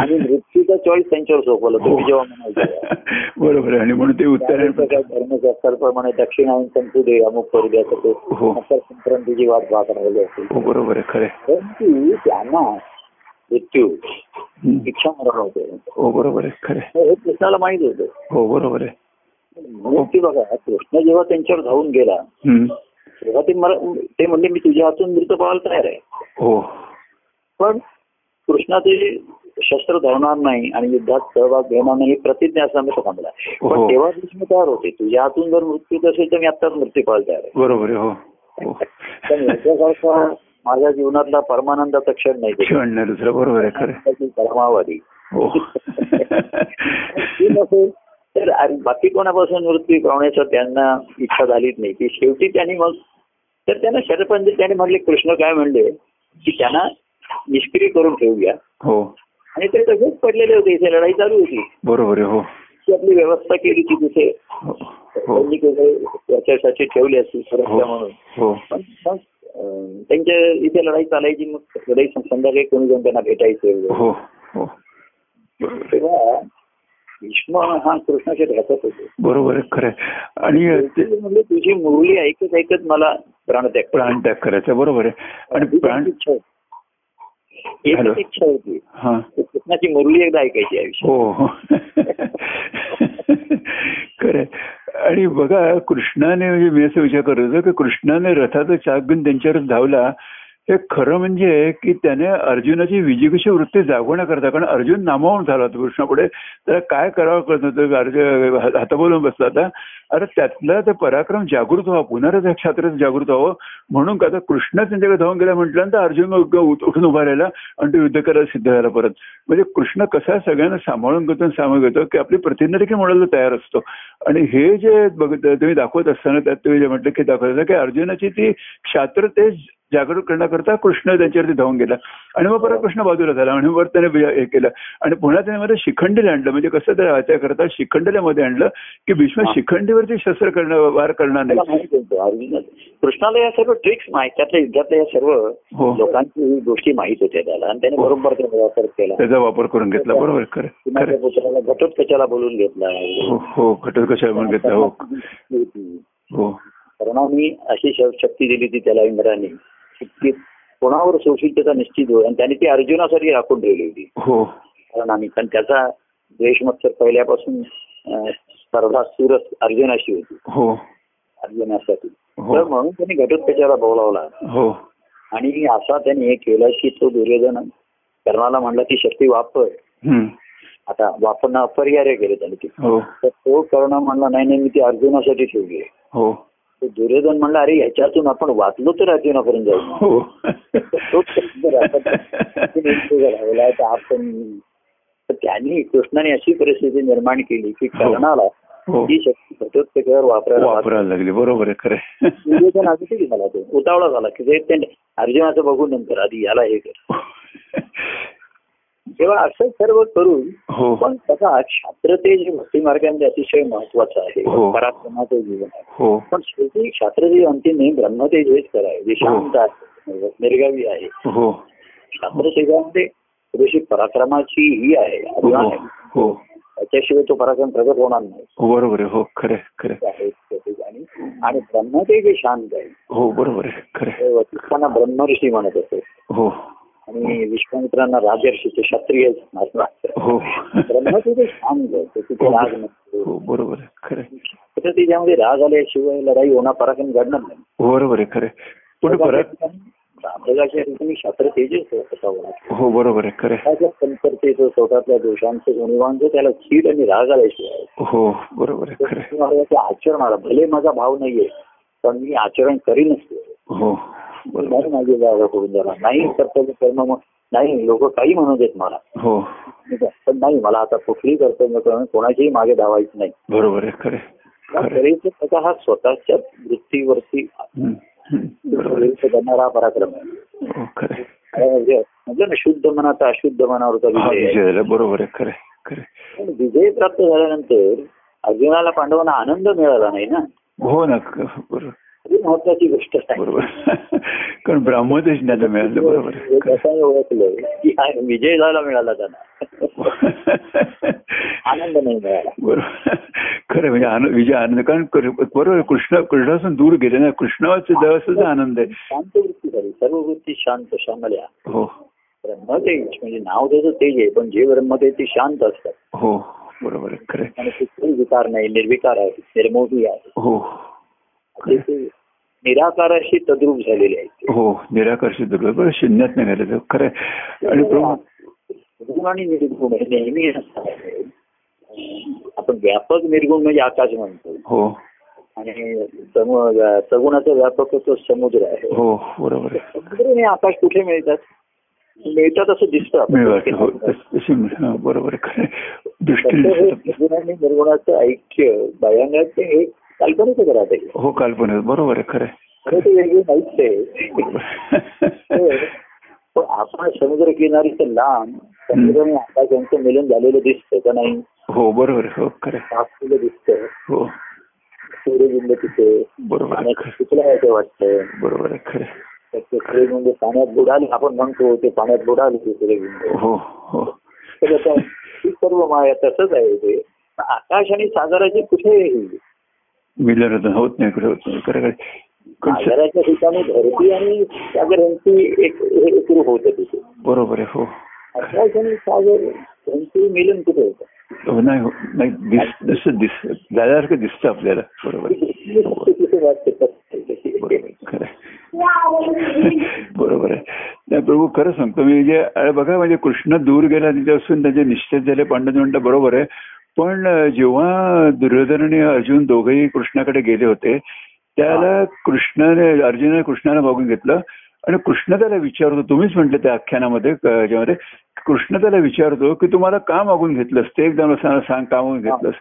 Speaker 1: आणि मृत्यूचा चॉईस त्यांच्यावर सोपवलं
Speaker 2: हो.
Speaker 1: तुम्ही जेव्हा म्हणायचं
Speaker 2: बरोबर आहे आणि म्हणून ते उत्तरायण म्हणजे- पण-
Speaker 1: धर्मशास्त्राप्रमाणे दक्षिणायन संपू दे अमुक करू द्या तर
Speaker 2: हो.
Speaker 1: मकर संक्रांतीची वाट पाहत राहिली असेल
Speaker 2: हो बरोबर आहे खरे
Speaker 1: परंतु त्यांना मृत्यू इच्छा मरण होते
Speaker 2: हो बरोबर आहे खरे
Speaker 1: हे कृष्णाला माहित होतं
Speaker 2: हो बरोबर आहे
Speaker 1: म्हणून ते बघा कृष्ण जेव्हा त्यांच्यावर धावून गेला
Speaker 2: हम्म.
Speaker 1: तेव्हा ते मला ते म्हणले मी तुझ्या हातून मृत पाहायला तयार आहे
Speaker 2: हो
Speaker 1: पण कृष्णा ते शस्त्र धरणार नाही आणि युद्धात सहभाग घेणार नाही ही प्रतिज्ञा असल्यामुळे थांबला पण
Speaker 2: हो.
Speaker 1: तेव्हा कृष्ण तयार होते तुझ्या हातून जर मृत्यू असेल तर मी आत्ताच मृत्यू पाहायला तयार आहे
Speaker 2: बरोबर आहे हो हो
Speaker 1: पण याच्यासारखा माझ्या जीवनातला परमानंदाचा क्षण नाही तो.
Speaker 2: क्षण नाही दुसरं बरोबर आहे खरे
Speaker 1: त्याची परमावधी
Speaker 2: हो
Speaker 1: ती नसेल तर अरे बाकी कोणापासून मृत्यू पावण्याचं त्यांना इच्छा झालीच नाही ती शेवटी त्यांनी मग तर त्यांना शरपंडित त्याने म्हणले कृष्ण काय म्हणले की त्यांना निष्क्रिय करून ठेवूया
Speaker 2: हो
Speaker 1: आणि ते तसेच पडलेले होते इथे लढाई चालू होती
Speaker 2: बरोबर आहे हो
Speaker 1: ती आपली व्यवस्था केली ती तिथे
Speaker 2: हो हो
Speaker 1: त्यांनी काही याच्यासाठी ठेवली असती सुरक्षा म्हणून
Speaker 2: हो
Speaker 1: पण मग, अं, त्यांच्या इथे लढाई चालायची मग लढाई सं- संध्याकाळी कोणी जाऊन त्यांना भेटायचं वगैरे.
Speaker 2: हो हो
Speaker 1: तेव्हा भीष्म हा कृष्णाच्या ध्यासात होते
Speaker 2: बरोबर आहे खरं आहे. आणि ते
Speaker 1: ते म्हणले तुझी मुरली ऐकत ऐकत मला प्राणत्याग कर.
Speaker 2: प्राण त्याग करायचा बरोबर आहे आणि
Speaker 1: ही
Speaker 2: प्राण
Speaker 1: त्यांची इच्छा होती एकच
Speaker 2: Hello.
Speaker 1: इच्छा होती
Speaker 2: हा
Speaker 1: की कृष्णाची मुरली एकदा ऐकायची आयुष्य
Speaker 2: हो हो खरं आणि बघा कृष्णाने म्हणजे मी असं विचार करत होतो की कृष्णाने रथाचा चाक घेऊन त्यांच्यावर धावला हे खरं म्हणजे की त्याने अर्जुनाची विजिगीची वृत्ती जागवण्याकरता कारण अर्जुन नामावून झाला होता कृष्णापुढे त्याला काय करावं कळत नव्हतं अर्जुन हात- हाताबोलून बसला होता अरे त्यातला तर पराक्रम जागृत व्हावा पुनराचा क्षात्र जागृत व्हावं म्हणून का आता कृष्ण त्यांच्याकडे धावून गेला म्हटल्यानंतर अर्जुन मग उठ- उठून उभा राहिला आणि तो युद्ध करायला सिद्ध झाला परत म्हणजे कृष्ण कसा सगळ्यांना सांभाळून घेतो आणि सांभाळून घेतो की आपली प्रतिज्ञा देखील म्हणायला तयार असतो आणि हे जे बघ तुम्ही दाखवत असताना त्यात तुम्ही जे म्हटलं की दाखवत असताना की अर्जुनाची ती क्षात्र ते जागरूक करण्याकरता कृष्ण त्यांच्यावरती धावून गेला आणि मग परत कृष्ण बाजूला झाला आणि वर त्याने विजय- हे केलं आणि पुन्हा त्याने मध्ये शिखंडीला आणलं म्हणजे कसं त्या त्याकरता शिखंडीला मध्ये आणलं की भीष्म
Speaker 1: हा.
Speaker 2: शिखंडीवरती शस्त्र करणार वार करणार
Speaker 1: मला
Speaker 2: हो, नाही
Speaker 1: माहिती होतं अर्जुन कृष्णाला या सर्व ट्रिक्स माहित त्यातल्या युद्धातल्या या
Speaker 2: हो.
Speaker 1: सर्व लोकांची ही गोष्टी माहित होत्या त्याला आणि त्याने
Speaker 2: हो.
Speaker 1: बरोबर त्याचा वापर केला
Speaker 2: त्याचा वापर करून घेतला बरोबर खरं
Speaker 1: कुणाच्या
Speaker 2: खरं
Speaker 1: पुत्राला घटोत कशाला बोलून घेतला
Speaker 2: हो हो घटक कशा म्हणून घेतला हो हो
Speaker 1: कर्णाने अशी शव- शक्ती दिली ती त्याला इंद्राने की कोणावर सोशील त्याचा निश्चित होईल आणि त्याने ती अर्जुनासाठी राखून ठेवली होती
Speaker 2: हो
Speaker 1: कर्णाने कारण त्याचा द्वेष मत्सर पहिल्यापासून अं, स्पर्धा सुरस अर्जुनाशी होती
Speaker 2: हो
Speaker 1: अर्जुनासाठी
Speaker 2: हो.
Speaker 1: तर म्हणून त्याने घटोत्कचाला बोलावला
Speaker 2: हो
Speaker 1: आणि असा त्याने हे केलं की तो दुर्योधन कर्णाला म्हणला ती शक्ती वापर
Speaker 2: हम्म.
Speaker 1: आता वापरणं अपरिहार्य केलं त्याने ती
Speaker 2: हो
Speaker 1: तर तो कर्ण म्हणला नाही नाही मी ती अर्जुनासाठी ठेवली आहे."
Speaker 2: हो
Speaker 1: तर दुर्योधन म्हणला अरे ह्याच्यातून आपण वाचलो तर अर्जुनापर्यंत जाऊ ना."
Speaker 2: हो
Speaker 1: तर तो प्रश्न राहता- आपण एक उभा राहिला तर आपण तर त्यांनी कृष्णाने अशी परिस्थिती निर्माण केली की कर्णाला
Speaker 2: हो
Speaker 1: ती शक्ती घटोत्कचावर वापरायला लागली.
Speaker 2: वापरायला लागली बरोबर आहे खरं
Speaker 1: दुर्योधन अगदी झाला तो उतावळा झाला की जे त्याने अर्जुनाचं बघून नंतर आधी याला हे कर तेव्हा असं सर्व करून
Speaker 2: हो
Speaker 1: पण त्याचा छात्र ते जे भक्ती मार्गामध्ये अतिशय महत्वाचं आहे
Speaker 2: हो.
Speaker 1: पराक्रमाचं जीवन आहे
Speaker 2: हो
Speaker 1: पण शेवटी छात्रजी अंतिम नेहमी ब्रह्मतेज हेच करावे जे शांत आहे निर्गावी आहे
Speaker 2: हो
Speaker 1: छात्रसेवामध्ये थोडीशी पराक्रमाची ही आहे अभिमान
Speaker 2: हो
Speaker 1: आहे
Speaker 2: हो
Speaker 1: त्याशिवाय तो पराक्रम प्रगट होणार नाही
Speaker 2: बरोबर आहे हो खरं आहे, खरं आहे.
Speaker 1: आहे त्या ठिकाणी. आणि ब्रह्मतेज हे शांत आहे
Speaker 2: हो बरोबर आहे खरं आहे.
Speaker 1: ते वसिष्ठांना ब्रह्मऋषी म्हणत असते
Speaker 2: हो
Speaker 1: आणि विश्वामित्रांना राजर्षी ते क्षत्रिय
Speaker 2: हो
Speaker 1: ब्रह्मतेज हे शांत आहे ते तिथे राग नसतो
Speaker 2: हो बरोबर आहे खरं आहे.
Speaker 1: तर त्याच्यामध्ये राग आल्याशिवाय लढाई होणार पराक्रम घडणार नाही
Speaker 2: बरोबर आहे खरं आहे. पण परत
Speaker 1: रामदासाच्या ठिकाणी शास्त्र तेजच स्वतः होणार
Speaker 2: हो बरोबर आहे खरं आहे.
Speaker 1: त्याच्या कमतरतेचं स्वतःतल्या दोषांचं गुणवांचं त्याला चीड आणि राग आल्याशिवाय
Speaker 2: हो बरोबर आहे खरं आहे.
Speaker 1: ते आचरणारा भले माझा भाव नाहीये पण मी आचरण करीन
Speaker 2: हो बरोबर
Speaker 1: नाही माझे जागा करून झाला नाही तर त्याचं कर्म मग- नाही लोक काही म्हणू देत मला
Speaker 2: हो
Speaker 1: ठीक आहे? पण नाही मला आता कुठली कर्तव्य करून कोणाचीही मागे धावायचं नाही
Speaker 2: बरोबर आहे खरं आहे. खरं आहे.
Speaker 1: तरीच त्याचा हा स्वतःच्या वृत्तीवरती
Speaker 2: हम्म, हम्म, बरोबर आहे.
Speaker 1: विरुद्ध करणारा हा पराक्रम आहे
Speaker 2: हो खरं आहे.
Speaker 1: म्हणजे म्हणजे ना शुद्ध मनाचा अशुद्ध मनावरचा
Speaker 2: हा
Speaker 1: विजय आहे.
Speaker 2: विजय झाला बरोबर आहे खरं आहे, खरं आहे.
Speaker 1: पण विजय प्राप्त झाल्यानंतर अर्जुनाला पांडवांना आनंद मिळाला नाही ना
Speaker 2: हो ना क- बरोबर
Speaker 1: ही महत्वाची गोष्ट आहे
Speaker 2: बरोबर कारण ब्राह्मण ज्ञान मिळालं बरोबर आहे,
Speaker 1: हे
Speaker 2: खरं आहे.
Speaker 1: कसं ओळखलं की हा विजय झाला मिळाला त्यांना आनंद नाही मिळाला
Speaker 2: बरोबर खरं म्हणजे आनंद विजय आनंद कारण कर- बरोबर आहे, कृष्ण कृष्णापासून दूर गेले ना कृष्णाचा देवाचा आनंद आहे
Speaker 1: शांत वृत्ती झाली सर्व वृत्ती शांत शामल्या
Speaker 2: हो
Speaker 1: ब्रह्मतेज म्हणजे नाव त्याचं तेज आहे पण जे ब्रह्मतेज ते शांत असतात
Speaker 2: हो बरोबर आहे खरं आहे.
Speaker 1: आणि कुठलाही विकार नाही निर्विकार आहे निर्मोही आहे
Speaker 2: हो
Speaker 1: ते- ते निराकाराशी तद्रूप झालेले आहेत ते.
Speaker 2: हो निराकर्षित बरोबर शून्यात नाही घालायचं खरं आहे. आणि प्रभू
Speaker 1: निर्गुण आणि निर्गुण हे नेहमी असं आहे. आपण व्यापक निर्गुण म्हणजे आकाश म्हणतो
Speaker 2: हो
Speaker 1: आणि सम- सगुणाचा व्यापक तो समुद्र आहे
Speaker 2: हो बरोबर आहे
Speaker 1: समुद्र आणि आकाश कुठे मिळतात मिळतात असं दिसतं
Speaker 2: मिळवायचं हो
Speaker 1: आपल्याला.
Speaker 2: तस- तशी मिळ- हा, बरोबर आहे खरं आहे.
Speaker 1: फक्त हे
Speaker 2: दृष्टीने
Speaker 1: निर्गुण आणि निर्गुणाचं ऐक्य भयानक ते एक काल्पनिक राहत आहे
Speaker 2: हो कल्पना आहे. बरोबर आहे खरं आहे.
Speaker 1: खरं ते वेगळी नाहीच आहे
Speaker 2: बरोबर.
Speaker 1: पण आपण समुद्र किनारी तर लांब समुद्र आणि आकाश यांचं मिलन झालेलं दिसतं का नाही
Speaker 2: हो बरोबर आहे. हो खरं आहे.
Speaker 1: तापलेलं दिसतं
Speaker 2: हो
Speaker 1: सूर्यबिंब तिथे
Speaker 2: बरोबर आहे.
Speaker 1: पाण्यात शिकलं आहे ते वाटतं
Speaker 2: बरोबर आहे खरं आहे.
Speaker 1: तर ते सूर्यबिंब पाण्यात बुडाले आपण म्हणतो ते पाण्यात बुडाले ते सूर्यबिंब
Speaker 2: हो हो
Speaker 1: तर आता ही सर्व माया तसंच आहे ते पण आकाश आणि सागराची कुठे ही?
Speaker 2: मिलन होतं होत नाही कुठे होत नाही खरं खरं. कळचं.
Speaker 1: सागराच्या ठिकाणी धरती आणि सागर यांची एक हे एकरूप होतं तिथे
Speaker 2: बरोबर आहे हो
Speaker 1: आकाश आणि सागर यांची मिलन कुठे होतं
Speaker 2: हो, नाही हो नाही दिस जसं दिस झाल्यासारखं दिसतं आपल्याला बरोबर आहे.
Speaker 1: तिथे वाटते तसं.
Speaker 2: बरोबर आहे. खरं आहे. बरोबर आहे नाही प्रभू खरं सांगतो मी जे अरे बघा म्हणजे कृष्ण दूर गेला तिच्यापासून त्यांचे निश्चित झाले पांडव म्हणलं बरोबर आहे पण अं, जेव्हा दुर्योधन आणि अर्जुन दोघेही कृष्णाकडे गेले होते त्याला कृष्णाने अर्जुनाने कृष्णाला मागून घेतलं आणि कृष्ण त्याला विचारतो तुम्हीच म्हटलं त्या आख्यानामध्ये क- याच्यामध्ये कृष्ण त्याला विचारतो की तुम्हाला का मागून घेतलंस ते एकदा मला सांग- सांग का मागून घेतलंस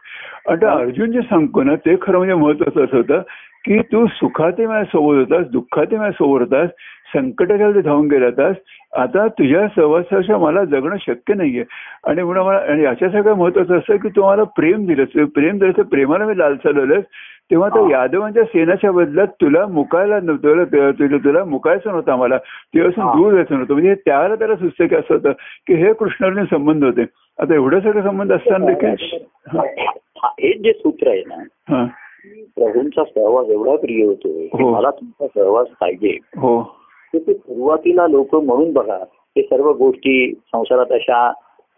Speaker 2: आणि त्या अर्जुन जे सांगतो ना ते खरं म्हणजे महत्वाचं असं होतं की तू सुखाते माझ्या सोबत होतास दुःखाते माझ्या सोबत होतास संकटाच्या वेळी धावून गेला होतास आता तुझ्या सहवासाशिवाय मला जगणं शक्य नाहीये आणि म्हणून मला आणि याच्या सगळं महत्वाचं असं की तू मला प्रेम दिलंस प्रेम दिलं तर प्रेमाला मी लालचालवलंस तेव्हा त्या
Speaker 1: हा.
Speaker 2: यादवांच्या सेनाच्या बदल्यात तुला मुकायला नव्हतं तुला- तुला- तुला तुला मुकायचं नव्हतं आम्हाला तेव्हापासून
Speaker 1: हा.
Speaker 2: दूर जायचं नव्हतं म्हणजे त्याला त्याला सुचतं की असं होतं की हे कृष्णार्जुन संबंध होते आता एवढं सगळं संबंध
Speaker 1: हो,
Speaker 2: असताना देखील हा.
Speaker 1: हा- हे जे सूत्र आहे ना
Speaker 2: हा.
Speaker 1: की प्रभूंचा सहवास एवढा प्रिय होतो की
Speaker 2: हो.
Speaker 1: मला तुमचा सहवास पाहिजे
Speaker 2: हो
Speaker 1: तर ते सुरुवातीला लोक म्हणून बघा ते सर्व गोष्टी संसारात अशा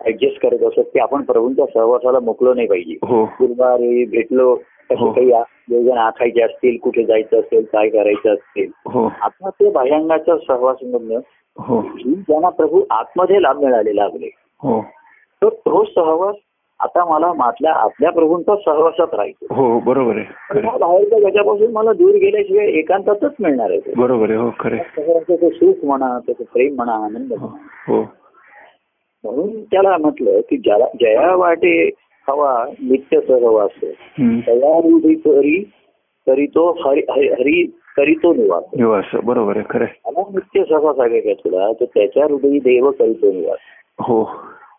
Speaker 1: ऍडजस्ट करत असत की आपण प्रभूंच्या सहवासाला मोकलो नाही पाहिजे
Speaker 2: हो
Speaker 1: गुरुवारी भेटलो
Speaker 2: हो.
Speaker 1: तसे काही आ- योजना आखायची असतील कुठे जायचं असेल काय करायचं असेल
Speaker 2: हो
Speaker 1: आता ते भायंगाचा सहवास म्हणणं
Speaker 2: हो
Speaker 1: की ज्यांना प्रभू आतमध्ये लाभ मिळालेला आपले
Speaker 2: हो
Speaker 1: तर तो सहवास आता मला मातल्या आपल्या प्रभूंचा सहवासात राहायचो
Speaker 2: हो बरोबर आहे खरं
Speaker 1: मला बाहेरच्या जगापासून मला दूर गेल्याशिवाय एकांतातच मिळणार आहे ते.
Speaker 2: बरोबर आहे हो खरे
Speaker 1: सहवासाचं ते सुख म्हणा त्याचं प्रेम म्हणा आनंद म्हणा
Speaker 2: हो
Speaker 1: म्हणून त्याला म्हटलं की ज्याला जया वाटे हवा नित्य सहवास
Speaker 2: हम्म.
Speaker 1: तयारी करी तरी तो हरी हरी- हरी करी तो निवास
Speaker 2: निवास बरोबर आहे खरे
Speaker 1: मला नित्य सहवास आहे का तुला तर त्याच्या हृदयी देव करी तो निवास
Speaker 2: हो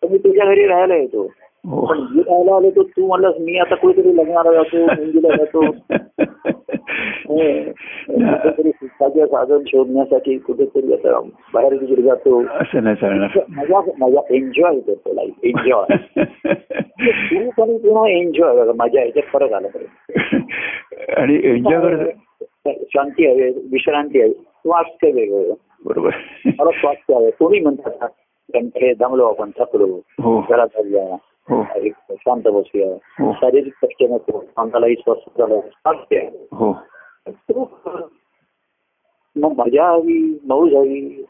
Speaker 1: तर मी तुझ्या घरी राहायला येतो
Speaker 2: हो
Speaker 1: पण मी राहायला आलो तर तू म्हणलास मी आता कुठेतरी लग्नाला जातो मुंबईला जातो कुठेतरी सुखाचे साधन शोधण्यासाठी कुठेतरी आता बाहेर तिकडे जातो
Speaker 2: असं नाही चालणार
Speaker 1: मजा मजा एन्जॉय करतो लाईफ एन्जॉय सुरू करून पुन्हा एन्जॉय मजा याच्यात फरक आला पाहिजे
Speaker 2: आणि एन्जॉय करत
Speaker 1: शांती हवी विश्रांती हवी स्वास्थ्य वेगळं
Speaker 2: बरोबर
Speaker 1: मला स्वास्थ्य हवं कोणी म्हणतात कंठे दमलो आपण थकलो
Speaker 2: हो
Speaker 1: घरात जाऊया
Speaker 2: हो
Speaker 1: एक शांत बसूया
Speaker 2: हो.
Speaker 1: शारीरिक कष्ट नको अंगालाही स्वस्थ झालं स्वास्थ्य आहे.
Speaker 2: हो
Speaker 1: मग मजा हवी मौज हवी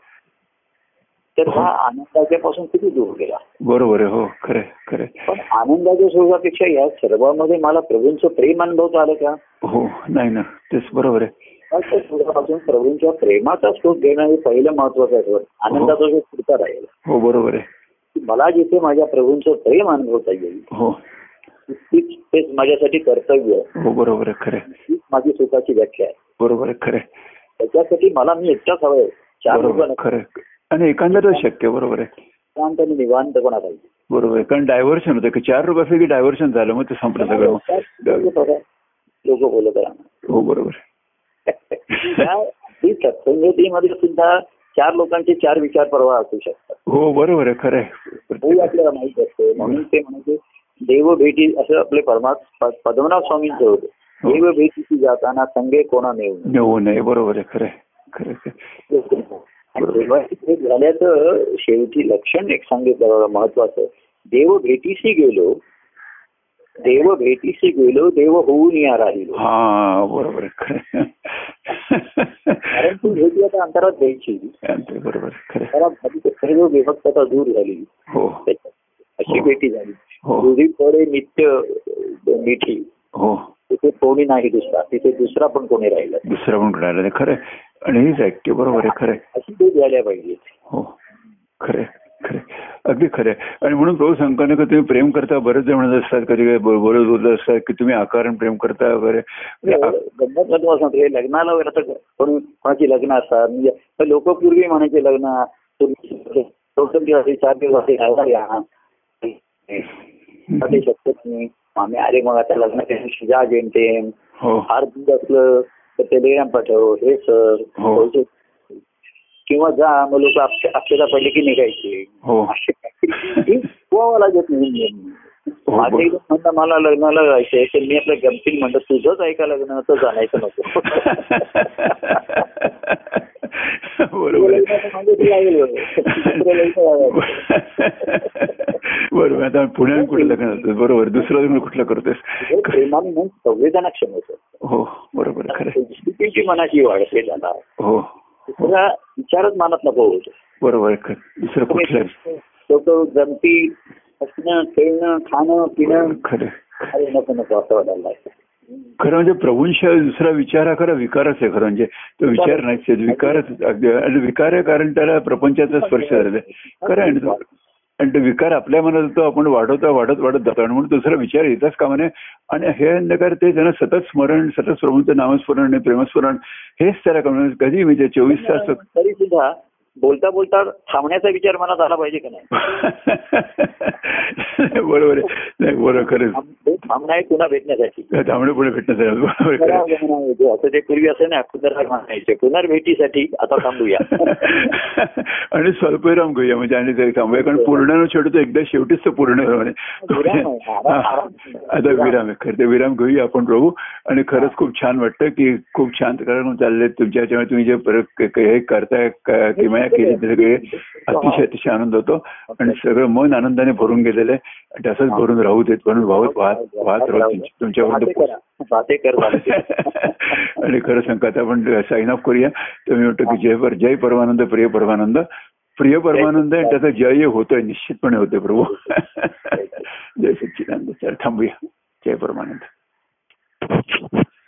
Speaker 1: तर हा आनंदाच्या पासून किती दूर गेला
Speaker 2: बरोबर आहे हो खरे खरे
Speaker 1: पण आनंदाच्या स्वरूपापेक्षा या सर्वांमध्ये मला प्रभूंचं प्रेम अनुभवता आलं का
Speaker 2: हो नाही ना तेच बरोबर आहे
Speaker 1: फक्त स्वरूपापासून प्रभूंच्या प्रेमाचा शोध घेणं हे पहिलं महत्वाचं आहे वर. आनंदाचा शोध पुढचा राहील
Speaker 2: हो बरोबर आहे
Speaker 1: मला जिथे माझ्या प्रभूंचं प्रेम अनुभवता येईल
Speaker 2: हो
Speaker 1: तीच तेच माझ्यासाठी कर्तव्य आहे
Speaker 2: हो बरोबर आहे खरे
Speaker 1: हीच माझी सुखाची व्याख्या आहे
Speaker 2: बरोबर आहे खरे
Speaker 1: त्याच्यासाठी मला मी एकटाच हवंय चार
Speaker 2: बरोबर
Speaker 1: लोकांना
Speaker 2: खरं आणि एकांतर शक्य बरोबर आहे
Speaker 1: शांत आणि निवांतपणा पाहिजे
Speaker 2: बरोबर आहे कारण डायव्हर्शन होतं की चार रुपये असले की डायव्हर्शन झालं मग ते संपलं
Speaker 1: हो,
Speaker 2: सगळं मग.
Speaker 1: लोक बोलत राहणार
Speaker 2: हो बरोबर आहे.
Speaker 1: त्या ही सत्संगतीमध्ये सुद्धा चार लोकांचे चार विचार प्रवाह असू शकतात
Speaker 2: हो बरोबर आहे खरं आहे
Speaker 1: हे
Speaker 2: प्रत्येक-
Speaker 1: आपल्याला माहित असते म्हणून ते म्हणजे देव भेटी असं आपले परमात्मा पद्मनाभ स्वामींचं होते
Speaker 2: हो.
Speaker 1: देव भेटीची जाताना संगे कोणा नेऊ नये.
Speaker 2: हो नाही बरोबर आहे खरं आहे. खरं आहे.
Speaker 1: आणि देवाची भेट झाल्याचं शेवटी लक्षण एक सांगितलं बघा महत्वाचं देव भेटीशी गेलो देव भेटीशी गेलो देव होऊन या राहिलो
Speaker 2: हा बरोबर आहे खरं आहे.
Speaker 1: कारण ती भेटी आता अंतरात द्यायची
Speaker 2: ते बरोबर आहे, खरं आहे.
Speaker 1: जरा भावी सर्व विभक्तता दूर झाली
Speaker 2: हो
Speaker 1: अशी
Speaker 2: हो.
Speaker 1: भेटी झाली
Speaker 2: हो.
Speaker 1: दुधी पडे नित्य अ, मिठी
Speaker 2: हो
Speaker 1: तिथे कोणी नाही दुसरा तिथे दुसरा पण कोणी राहिला नाही.
Speaker 2: दुसरं पण राहिलं नाही खरं आहे. आणि हेच ऐकते बरोबर आहे खरं आहे.
Speaker 1: अशी भेट झाल्या पाहिजे
Speaker 2: हो खरे खरे अगदी खरे आणि म्हणून प्रभू सांगताना का तुम्ही प्रेम करता बरेच जण म्हणत असतात कधी काही बोल- बोलत बोलत असतात की तुम्ही आकारण प्रेम करता वगैरे म्हणजे आ-
Speaker 1: गंमत गंमत सांगतो हे लग्नाला वगैरे आता कोणी कोणाची लग्न असतात म्हणजे लोक पूर्वी म्हणायचे लग्न तुम्ही दोन दिवस आधी, चार दिवस आधी राहायला या आता
Speaker 2: म्हणजे
Speaker 1: ते शक्यच नाही आम्ही अरे मग आता लग्नाच्या दिवशी जा जेमतेम
Speaker 2: हो
Speaker 1: फार दूर असलं तर टेलिग्राम पाठव हे सर
Speaker 2: हो.
Speaker 1: पैसे- किंवा जा मग लोक आपल्याला पडले की निघायचे
Speaker 2: हो
Speaker 1: असे काही- पोहावं लागत नाही नेहमी.
Speaker 2: हो,
Speaker 1: माझं
Speaker 2: बरोबर.
Speaker 1: एक म्हणणं मला लग्नाला जायचंय तर मी आपल्या गमतीन म्हणतो तुझंच ऐका लग्न तर जाणायचं नको
Speaker 2: बरोबर आहे.
Speaker 1: तुला मागे ते लागेल बरोबर. तुला लग्न लागायचं.
Speaker 2: बरोबर आता पुण्यात कुठलं लग्न होतं बरोबर दुसरं लग्न कुठलं
Speaker 1: हे
Speaker 2: करतोस
Speaker 1: प्रेमाने मन संवेदनाक्षम होतं
Speaker 2: हो बरोबर आहे, खरं आहे.
Speaker 1: स्थितीची मनाची वाढते त्यांना
Speaker 2: हो
Speaker 1: दुसरा विचारच मनात नको होतो
Speaker 2: बरोबर आहे, खरं. दुसरं कुठलं
Speaker 1: लोक जमती हसणं खेळणं खाणं पिणं
Speaker 2: खरं आहे.
Speaker 1: अरे नको नको असं वाटायला लागतं.
Speaker 2: खरं म्हणजे प्रभूंशिवाय दुसरा विचार हा खरं विकारच आहे खरं म्हणजे तो विचार नाहीच आहे विकारच अगदी आणि विकार आहे कारण त्याला प्रपंचाचा स्पर्श झालेला आहे खरं आहे आणि तो- आणि तो विकार आपल्या मनात होतो आपण वाढवता वाढत वाढत जातो आणि म्हणून दुसरा विचार येताच कामा नये आणि हे अंधकार ते त्यांना सतत स्मरण सतत प्रभूंचं नामस्मरण आणि प्रेमस्मरण हेच त्याला कमी कधी म्हणजे चोवीस तास
Speaker 1: तरी सुद्धा बोलता बोलता थांबण्याचा विचार मनात आला पाहिजे का नाही
Speaker 2: बरोबर आहे नाही बरोबर खरंच
Speaker 1: थांब- हे थांबणं आहे हो, पुन्हा भेटण्यासाठी
Speaker 2: त्यामुळे पुढे भेटणं झालं. बरोबर खरं आहे.
Speaker 1: पुनरागमन आहे ते. असं ते पूर्वी असं ना पुनरागमनायचे पुनर्भेटीसाठी आता थांबूया
Speaker 2: आणि स्वल्पविराम घेऊया म्हणजे आणि ते थांबूया कारण पूर्ण शेवटी तो एकदा शेवटीच तो पूर्ण आहे. म्हणे.
Speaker 1: हो.
Speaker 2: तो-
Speaker 1: विराम आहे. आराम- आराम.
Speaker 2: आता विराम आहे खरं ते विराम घेऊया आपण प्रभू आणि खरंच खूप छान वाटतं की खूप छान कार्यक्रम चालले आहेत तुमच्या याच्यामुळे तुम्ही जे परत क- क- हे करताय क- किमया केली ते सगळे अतिशय अतिशय आनंद होतो आणि सगळं मन आनंदाने भरून गेलेलं आहे तसंच भरून राहू देत म्हणून
Speaker 1: हो,
Speaker 2: वाहत वाहत वाहत राहू तुमच्या- तुमच्यापर्यंत
Speaker 1: बाते करा. बाते कर
Speaker 2: आणि खरं सांगतो आता आपण साईन ऑफ करूया तर मी म्हणतो की जय पर जय परमानंद प्रिय परमानंद प्रिय परमानंद आणि त्याचं जय हे होतंय निश्चितपणे होतंय प्रभू जय सच्चिदानंद सर थांबूया जय परमानंद